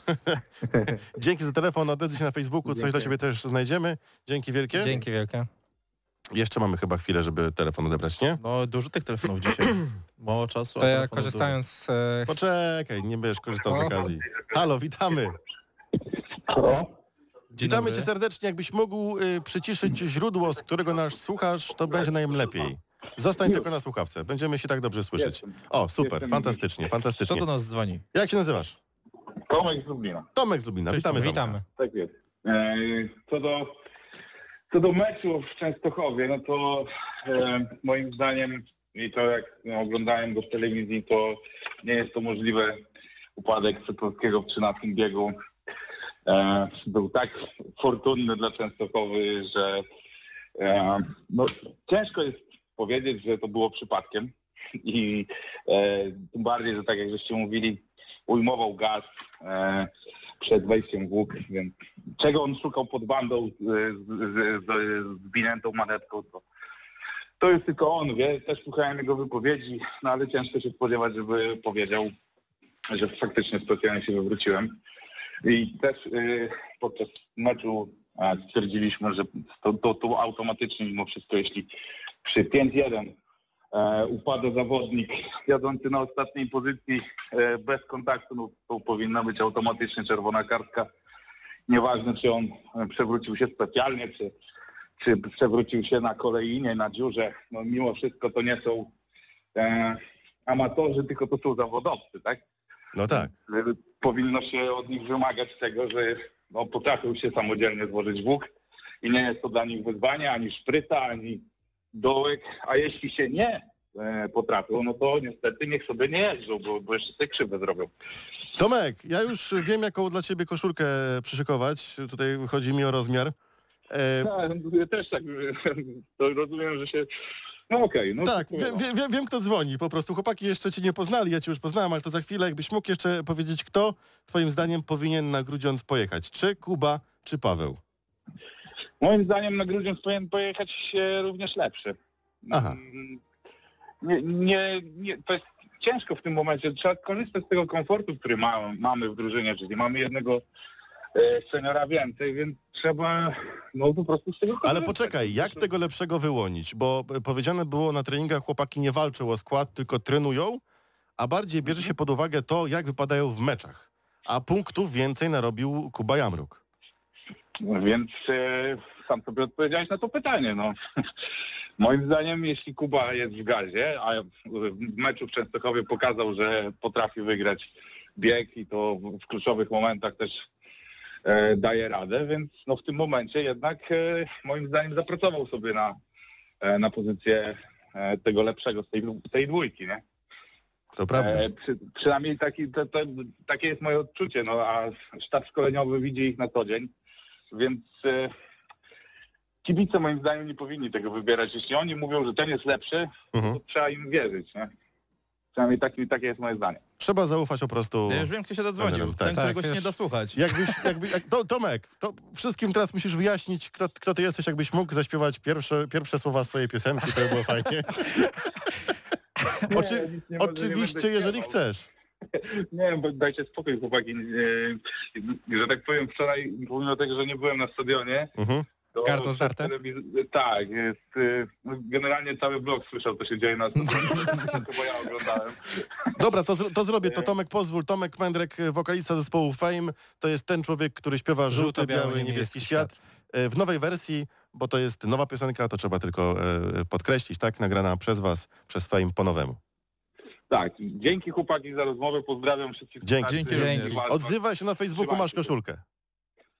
B: Dzięki za telefon, odezwij się na Facebooku, coś dla
E: Dzięki.
B: Ciebie też znajdziemy. Dzięki wielkie.
E: Dzięki wielkie.
B: Jeszcze mamy chyba chwilę, żeby telefon odebrać, nie?
D: No dużo tych telefonów dzisiaj. Mało czasu. a
E: To ja
D: telefonów
E: Tak, korzystając z e,
B: Poczekaj, nie będziesz korzystał z okazji. Halo, witamy.
D: dużo. Dzień
B: Witamy
D: dobry.
B: Cię serdecznie. Jakbyś mógł y, przyciszyć źródło, z którego nas słuchasz, to będzie najlepiej. Zostań tylko na słuchawce, będziemy się tak dobrze słyszeć. O, super, fantastycznie,
D: Co
B: fantastycznie.
D: do nas dzwoni?
B: Jak się nazywasz?
J: Tomek z Lublina.
B: Tomek z Lublina,
D: Cześć,
B: witamy. Tomka.
E: witamy.
J: Tak jest. E, Co do, co do meczu w Częstochowie, no to e, moim zdaniem i to jak no, oglądałem go w telewizji, to nie jest to możliwe. Upadek Cypolskiego w 13 biegu e, był tak fortunny dla Częstochowy, że e, no, ciężko jest powiedzieć, że to było przypadkiem. I e, tym bardziej, że tak jak żeście mówili, ujmował gaz e, przed wejściem w łuk, więc czego on szukał pod bandą e, z, z, z, z winętą manetką, to, to jest tylko on, wie, też słuchałem jego wypowiedzi, no ale ciężko się spodziewać, żeby powiedział, że faktycznie specjalnie się wywróciłem. I też y, podczas meczu e, stwierdziliśmy, że to, to, to automatycznie mimo wszystko, jeśli przy 5-1 e, upada zawodnik jadący na ostatniej pozycji e, bez kontaktu, no, to powinna być automatycznie czerwona kartka. Nieważne, czy on e, przewrócił się specjalnie, czy, czy przewrócił się na kolejinie, na dziurze. No, mimo wszystko to nie są e, amatorzy, tylko to są zawodowcy, tak?
B: No tak.
J: E, Powinno się od nich wymagać tego, że no, potrafią się samodzielnie złożyć w łuk i nie jest to dla nich wyzwanie, ani szpryta, ani dołek, a jeśli się nie e, potrafią, no to niestety niech sobie nie jeżdżą, bo, bo jeszcze sobie krzywdę zrobią.
B: Tomek, ja już wiem, jaką dla Ciebie koszulkę przyszykować. Tutaj chodzi mi o rozmiar. E,
J: No, ja też tak, to rozumiem, że się... No okej, no...
B: tak,
J: dziękuję,
B: wiem,
J: no.
B: wiem, wiem, wiem, kto dzwoni. Po prostu chłopaki jeszcze Cię nie poznali, ja Cię już poznałem, ale to za chwilę. Jakbyś mógł jeszcze powiedzieć, kto Twoim zdaniem powinien na Grudziądz pojechać? Czy Kuba, czy Paweł?
J: Moim zdaniem na Grudziądz powinien pojechać się również lepszy.
B: Aha.
J: Mm, Nie, nie, nie, to jest ciężko w tym momencie. Trzeba korzystać z tego komfortu, który ma, mamy w drużynie, czyli mamy jednego e, seniora więcej, więc trzeba no po prostu z tego korzystać.
B: Ale poczekaj, jak tego lepszego wyłonić? Bo e, powiedziane było na treningach, chłopaki nie walczą o skład, tylko trenują, a bardziej bierze
J: Mhm.
B: się pod uwagę to, jak wypadają w meczach. A punktów więcej narobił Kuba Jamruk.
J: Więc e, sam sobie odpowiedziałeś na to pytanie. No. Moim zdaniem, jeśli Kuba jest w gazie, a w meczu w Częstochowie pokazał, że potrafi wygrać bieg i to w- w kluczowych momentach też e, daje radę, więc no, w tym momencie jednak e, moim zdaniem zapracował sobie na, e, na pozycję e, tego lepszego z tej, z tej dwójki. Nie?
B: To prawda.
J: E, przy, przynajmniej taki, to, to, takie jest moje odczucie, no a sztab szkoleniowy widzi ich na co dzień, więc e, kibice moim zdaniem nie powinni tego wybierać. Jeśli oni mówią, że ten jest lepszy,
B: Mhm.
J: to trzeba im wierzyć, nie? Przynajmniej taki, takie jest moje zdanie.
B: Trzeba zaufać po prostu.
D: Ja już wiem, kto się zadzwonił.
B: Adrian,
D: Ten,
B: tak.
D: którego
E: Tak,
D: się nie
E: już.
D: da słuchać.
B: Jakbyś, jakby, jak, to, Tomek, to wszystkim teraz musisz wyjaśnić, kto, kto ty jesteś, jakbyś mógł zaśpiewać pierwsze, pierwsze słowa swojej piosenki, to by było fajnie. Oczy,
J: nie będę
B: oczywiście,
J: śpiewał.
B: jeżeli chcesz.
J: Nie, bo dajcie spokój chłopaki. E, że tak powiem, wczoraj, pomimo tego, że nie byłem na stadionie,
B: Mhm.
J: to
E: Gardło
J: przez
E: zdarte?
J: telewiz- Tak, jest, e, no, generalnie cały blok słyszał, co się dzieje na stadionie, to bo ja oglądałem.
B: Dobra, to, zro- to zrobię, to Tomek pozwól. Tomek Mędrek, e, wokalista zespołu Fame, to jest ten człowiek, który śpiewa Żółty, Biały, Niebieski, Świat e, w nowej wersji, bo to jest nowa piosenka, to trzeba tylko e, podkreślić, tak? Nagrana przez was, przez Fame po nowemu.
J: Tak, dzięki chłopaki za rozmowę, pozdrawiam wszystkich.
B: Dzięki.
J: słuchaczy.
D: Dzięki
E: również.
J: Walczą.
B: Odzywaj się na Facebooku, masz koszulkę.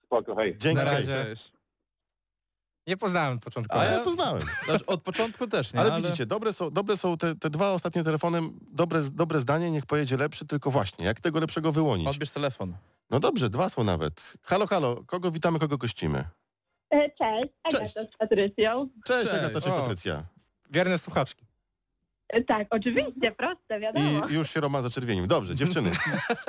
J: Spoko, hej.
B: Dzięki.
E: Na razie.
D: Cześć.
E: Nie poznałem początkowo.
B: A ja poznałem.
D: Tak. Znaczy, od początku też, nie?
B: Ale widzicie, dobre są, dobre są te, te dwa ostatnie telefony, dobre, dobre zdanie, niech pojedzie lepszy, tylko właśnie, jak tego lepszego wyłonić?
D: Odbierz telefon.
B: No dobrze, dwa są nawet. Halo, halo, kogo witamy, kogo gościmy?
K: E, Cześć, Agata
B: Cześć.
K: z Patrycją.
B: Cześć,
D: Cześć.
B: Agata, cześć
E: O.
B: Patrycja.
E: Wierne słuchaczki.
K: E, Tak, oczywiście, proste, wiadomo. No,
B: I już się Roma zaczerwienił. Dobrze, dziewczyny,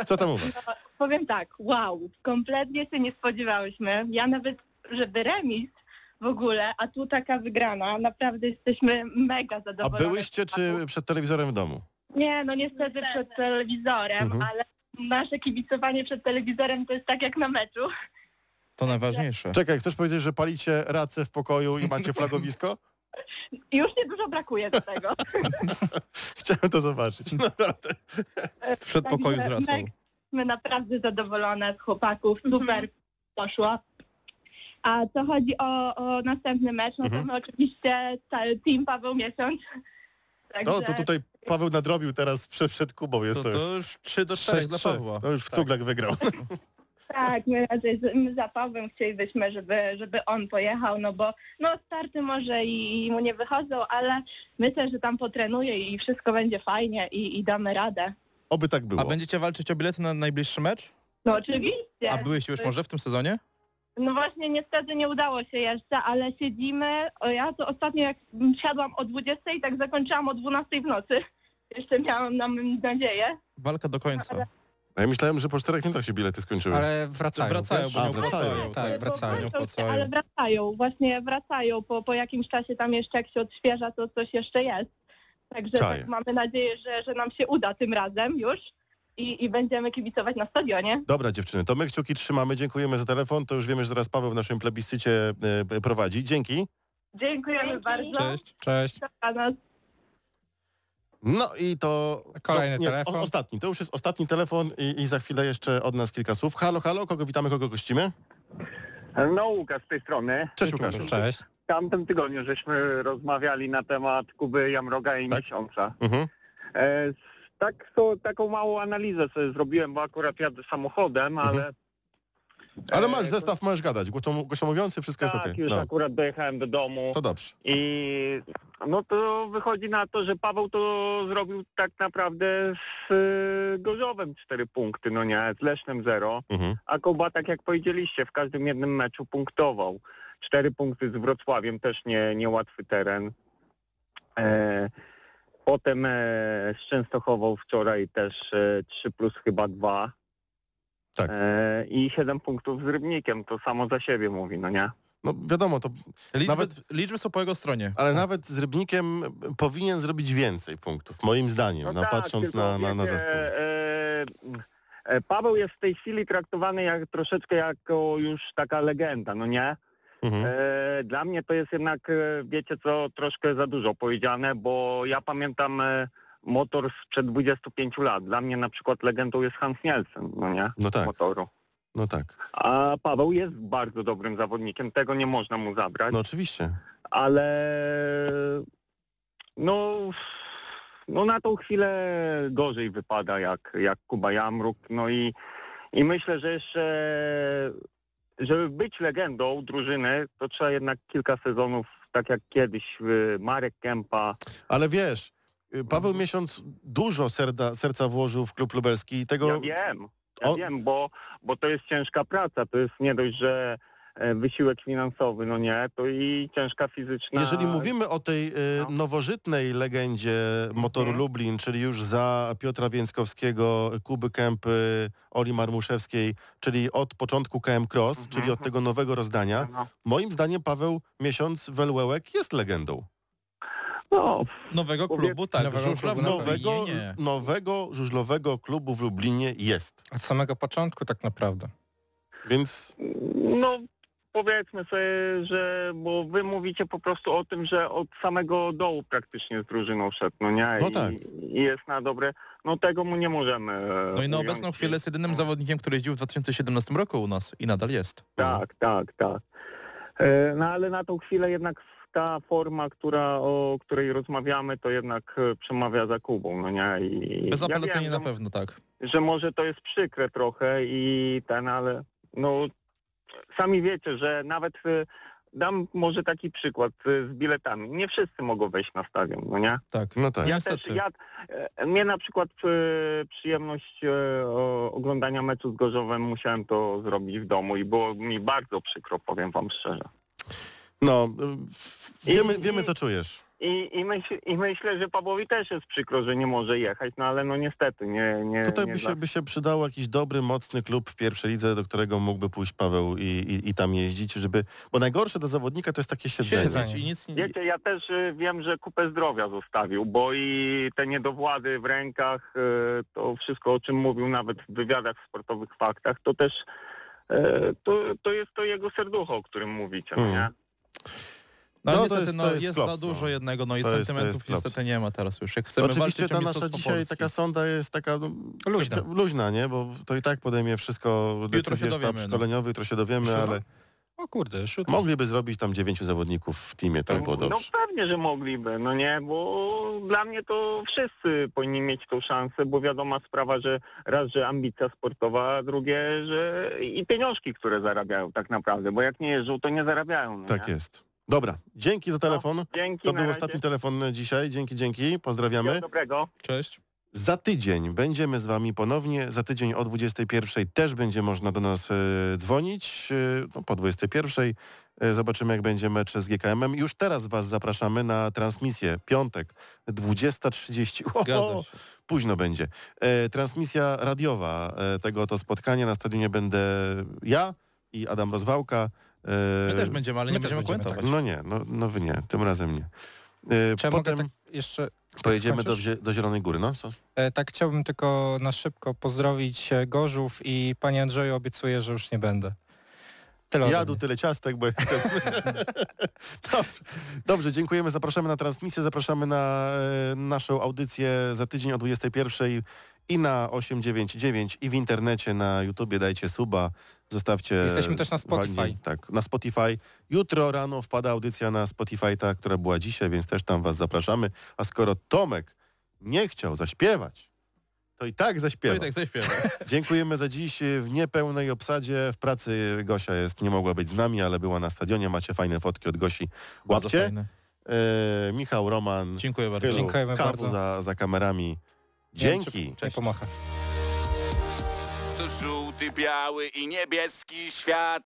B: co tam u was?
K: Powiem tak, wow, kompletnie się nie spodziewałyśmy. Ja nawet, żeby remis w ogóle, a tu taka wygrana. Naprawdę jesteśmy mega
B: A
K: zadowoleni.
B: byłyście czy przed telewizorem w domu?
K: Nie, no niestety przed telewizorem,
B: Mhm.
K: ale nasze kibicowanie przed telewizorem to jest tak jak na meczu.
D: To najważniejsze.
B: Czekaj, chcesz powiedzieć, że palicie racę w pokoju i macie flagowisko?
K: Już nie dużo brakuje do tego.
B: Chciałem to zobaczyć. Naprawdę.
D: W przedpokoju z
K: Także
D: racą.
K: mega- My naprawdę zadowolone z chłopaków,
B: Mhm.
K: super poszło. A co chodzi o, o następny mecz, no to
B: Mhm.
K: my oczywiście cały team Paweł Miesiąc. Także
D: Tak.
B: No to tutaj Paweł nadrobił teraz przed, przed Kubą. Jest
D: To,
B: to, już,
D: to już 3 do 4
E: Sześć,
D: dla
E: trzy.
D: Pawła.
B: to już w cuglach wygrał.
K: tak, my raczej z- my za Pawłem chcielibyśmy, żeby, żeby on pojechał, no bo no starty może i, i mu nie wychodzą, ale myślę, że tam potrenuje i wszystko będzie fajnie i, i damy radę.
B: Oby tak było.
D: A będziecie walczyć o bilety na najbliższy mecz?
K: No oczywiście.
D: A byłeś już może w tym sezonie?
K: No właśnie, niestety nie udało się jeszcze, ale siedzimy. O, ja to ostatnio jak siadłam o 20, tak zakończyłam o 12 w nocy. Jeszcze miałam na nadzieję.
D: Walka do końca.
B: Ja myślałem, że po czterech minutach się bilety skończyły.
E: Ale wracają.
D: Wracają,
E: wiesz?
D: bo
B: A,
D: nie
B: wracają.
D: opłacają.
E: Tak,
K: Bo
E: wracają.
B: No,
K: kończą się,
D: Opłacają.
K: Ale wracają, właśnie wracają. Po, po jakimś czasie tam jeszcze jak się odświeża, to coś jeszcze jest. Także
B: Czaję.
K: tak mamy nadzieję, że, że nam się uda tym razem już i, i będziemy kibicować na stadionie.
B: Dobra dziewczyny, to my kciuki trzymamy, dziękujemy za telefon. To już wiemy, że teraz Paweł w naszym plebiscycie e, prowadzi. Dzięki.
K: Dziękujemy
A: Dzięki.
L: No.
K: bardzo.
D: Cześć.
E: Cześć.
K: To dla nas.
B: No i to...
E: Kolejny
B: no, nie,
E: telefon.
B: O, ostatni, to już jest ostatni telefon i, i za chwilę jeszcze od nas kilka słów. Halo, halo, kogo witamy, kogo gościmy?
L: No Łukasz z tej strony.
B: Cześć Łukaszu.
E: Cześć.
L: W tamtym tygodniu żeśmy rozmawiali na temat Kuby Jamroga i
B: Tak.
L: Miesiąca.
B: Mhm.
L: E, s- tak, so, taką małą analizę sobie zrobiłem, bo akurat jadę samochodem,
B: Mhm.
L: ale...
B: Ale
L: e,
B: masz zestaw, masz gadać. Głośno, głośno mówiący, wszystko
L: Tak,
B: jest okej.
L: już
B: No,
L: akurat dojechałem do domu.
B: to dobrze.
L: I no to wychodzi na to, że Paweł to zrobił tak naprawdę z y, Gorzowem cztery punkty, no nie, z Lesznem zero,
B: Mhm.
L: a Kuba tak jak powiedzieliście, w każdym jednym meczu punktował. Cztery punkty z Wrocławiem, też nie, niełatwy teren. E, potem e, z Częstochową wczoraj też e, 3 plus chyba 2.
B: Tak.
L: E, I 7 punktów z Rybnikiem, to samo za siebie mówi, no nie?
B: No wiadomo, to,
D: Liczby,
B: Nawet-
D: liczby są po jego stronie.
B: ale nawet z Rybnikiem powinien zrobić więcej punktów, moim zdaniem,
L: No
B: no,
L: tak,
B: patrząc
L: tylko
B: na, na, na
L: wiecie,
B: zespół.
L: e, e, Paweł jest w tej chwili traktowany jak troszeczkę jako już taka legenda, no nie?
B: Mhm.
L: E, Dla mnie to jest jednak, e, wiecie co, troszkę za dużo powiedziane, bo ja pamiętam e, motor sprzed 25 lat. Dla mnie na przykład legendą jest Hans Nielsen, no nie?
B: No tak,
L: Motoru.
B: no tak.
L: A Paweł jest bardzo dobrym zawodnikiem, tego nie można mu zabrać
B: No oczywiście.
L: ale no, no na tą chwilę gorzej wypada jak, jak Kuba Jamruk. No i, i myślę, że jeszcze żeby być legendą drużyny, to trzeba jednak kilka sezonów, tak jak kiedyś y, Marek Kępa.
B: Ale wiesz, y,
L: Mhm.
B: Paweł Miesiąc dużo serda, serca włożył w klub lubelski i tego...
L: Ja wiem, ja
B: on-
L: wiem, bo, bo to jest ciężka praca. To jest nie dość, że e, wysiłek finansowy, no nie, to i ciężka fizyczna.
B: Jeżeli mówimy o tej y,
L: No.
B: nowożytnej legendzie motoru
L: Mhm.
B: Lublin, czyli już za Piotra Więckowskiego, Kuby Kępy, Oli Marmuszewskiej, czyli od początku KM Cross,
L: Mhm.
B: czyli od tego nowego rozdania,
L: No,
B: moim zdaniem Paweł Miesiąc Welłełek jest legendą.
L: no
D: Nowego
L: Powiedz-
D: klubu, tak.
E: Nowego
D: Żużla
E: klubu,
D: w
B: Nowego,
D: Lublinie, nie.
B: nowego żużlowego klubu w Lublinie jest.
E: Od samego początku tak naprawdę.
B: Więc
L: No powiedzmy sobie, że bo wy mówicie po prostu o tym, że od samego dołu praktycznie z drużyną szedł, no nie?
B: No
L: I,
B: tak.
L: I jest na dobre. No tego mu nie możemy. e,
D: No i na
L: ująć.
D: obecną chwilę jest jedynym zawodnikiem, który jeździł w 2017 roku u nas i nadal jest.
L: Tak, tak, tak. E, No ale na tą chwilę jednak ta forma, która, o której rozmawiamy, to jednak e, przemawia za Kubą, no nie? I
D: Bezapelacyjnie
L: wiem, no-
D: na
L: że-
D: pewno, tak.
L: że może to jest przykre trochę i ten, ale no sami wiecie, że nawet y, dam może taki przykład y, z biletami. Nie wszyscy mogą wejść na stadion, no nie?
D: Tak.
B: no tak.
D: Ja-
L: Ja też,
D: Niestety.
L: ja, e, mnie na przykład y, przyjemność e, o- oglądania meczu z Gorzowem musiałem to zrobić w domu i było mi bardzo przykro, powiem wam szczerze.
B: No, y, w-
L: I-
B: wiemy,
L: i-
B: wiemy co czujesz.
L: i, i, myśl, i myślę, że Pawłowi też jest przykro, że nie może jechać, no ale no niestety nie... nie
B: Tutaj
L: nie
B: by
L: dla-
B: się, by się przydał jakiś dobry, mocny klub w pierwszej lidze, do którego mógłby pójść Paweł i, i, i tam jeździć, żeby... Bo najgorsze dla zawodnika to jest takie siedzenie.
D: Siedzieć i nic nie...
L: Wiecie, ja też y, wiem, że kupę zdrowia zostawił, bo i te niedowłady w rękach, y, to wszystko o czym mówił nawet w wywiadach w sportowych faktach, to też y, to, to jest to jego serducho, o którym mówicie, no
B: Mm.
L: nie?
D: No,
B: No, to
D: niestety
B: jest-
D: jest,
B: to
D: no,
B: jest
D: jest,
B: klops,
D: za dużo
B: no.
D: jednego, no i
B: To jest- to
D: sentymentów
B: jest klops.
D: niestety nie ma teraz już. Jak chcemy
B: Oczywiście
D: walczyć
B: ta
D: o
B: nasza
D: mistrzostwo
B: dzisiaj
D: Polski.
B: taka sonda jest taka no,
E: Luźna.
B: te- luźna, nie? Bo to i tak podejmie wszystko
D: Jutro się
B: decyzję sztab
D: dowiemy, no.
B: szkoleniowy, jutro się dowiemy,
E: Jutro?
B: ale
E: O kurde, już
B: mogliby zrobić tam dziewięciu zawodników w teamie, to by było
L: No
B: dobrze.
L: pewnie, że mogliby, no nie, bo dla mnie to wszyscy powinni mieć tą szansę, bo wiadoma sprawa, że raz, że ambicja sportowa, a drugie, że i pieniążki, które zarabiają tak naprawdę, bo jak nie jeżdżą, to nie zarabiają. No
B: Tak
L: nie?
B: jest. Dobra, dzięki za telefon.
L: No, Dzięki,
B: to
L: na
B: był
L: razie.
B: ostatni telefon dzisiaj. Dzięki, dzięki.
L: Wszystkiego
B: Pozdrawiamy.
L: dobrego.
D: Cześć.
B: Za tydzień będziemy z Wami ponownie. Za tydzień o 21.00 też będzie można do nas e, dzwonić. E, no, po 21.00 e, zobaczymy, jak będzie mecz z GKM-em. Już teraz Was zapraszamy na transmisję. Piątek, 20.30.
D: Zgadzam
B: Oho,
D: się.
B: Późno będzie. E, transmisja radiowa e, tego oto spotkania. Na stadionie będę ja i Adam Rozwałka. E,
D: My też będziemy, ale
E: my
D: nie
E: też
D: będziemy
E: będziemy,
D: komentować.
B: No nie, no, no Wy nie, tym razem nie. E,
E: Czy ja
B: potem
E: mogę tak jeszcze
B: pojedziemy do,
E: skończysz?
B: Zie- do Zielonej Góry. No, co?
E: E, Tak chciałbym tylko na szybko pozdrowić e, Gorzów i panie Andrzeju obiecuję, że już nie będę. Tyle ode
B: Jadł
E: mnie.
B: tyle ciastek, bo jestem... Dobrze. Dobrze, dziękujemy, zapraszamy na transmisję, zapraszamy na e, naszą audycję za tydzień o 21.00 i na 899 i w internecie na YouTubie dajcie suba, zostawcie...
E: Jesteśmy też na Spotify.
B: Wagi- tak, na Spotify. Jutro rano wpada audycja na Spotify, ta, która była dzisiaj, więc też tam was zapraszamy. A skoro Tomek nie chciał zaśpiewać, to i tak
D: To
B: zaśpiewa.
D: i tak zaśpiewam.
B: Dziękujemy za dziś w niepełnej obsadzie. W pracy Gosia jest, nie mogła być z nami, ale była na stadionie. Macie fajne fotki od Gosi.
D: Bardzo
B: Łapcie.
D: fajne.
B: E, Michał Roman.
D: Dziękuję bardzo.
B: Chylu,
E: Dziękujemy
B: Kawu
E: bardzo.
B: Za, za kamerami. Dzięki.
E: Nie pomacha.
J: To żółty, biały i niebieski świat.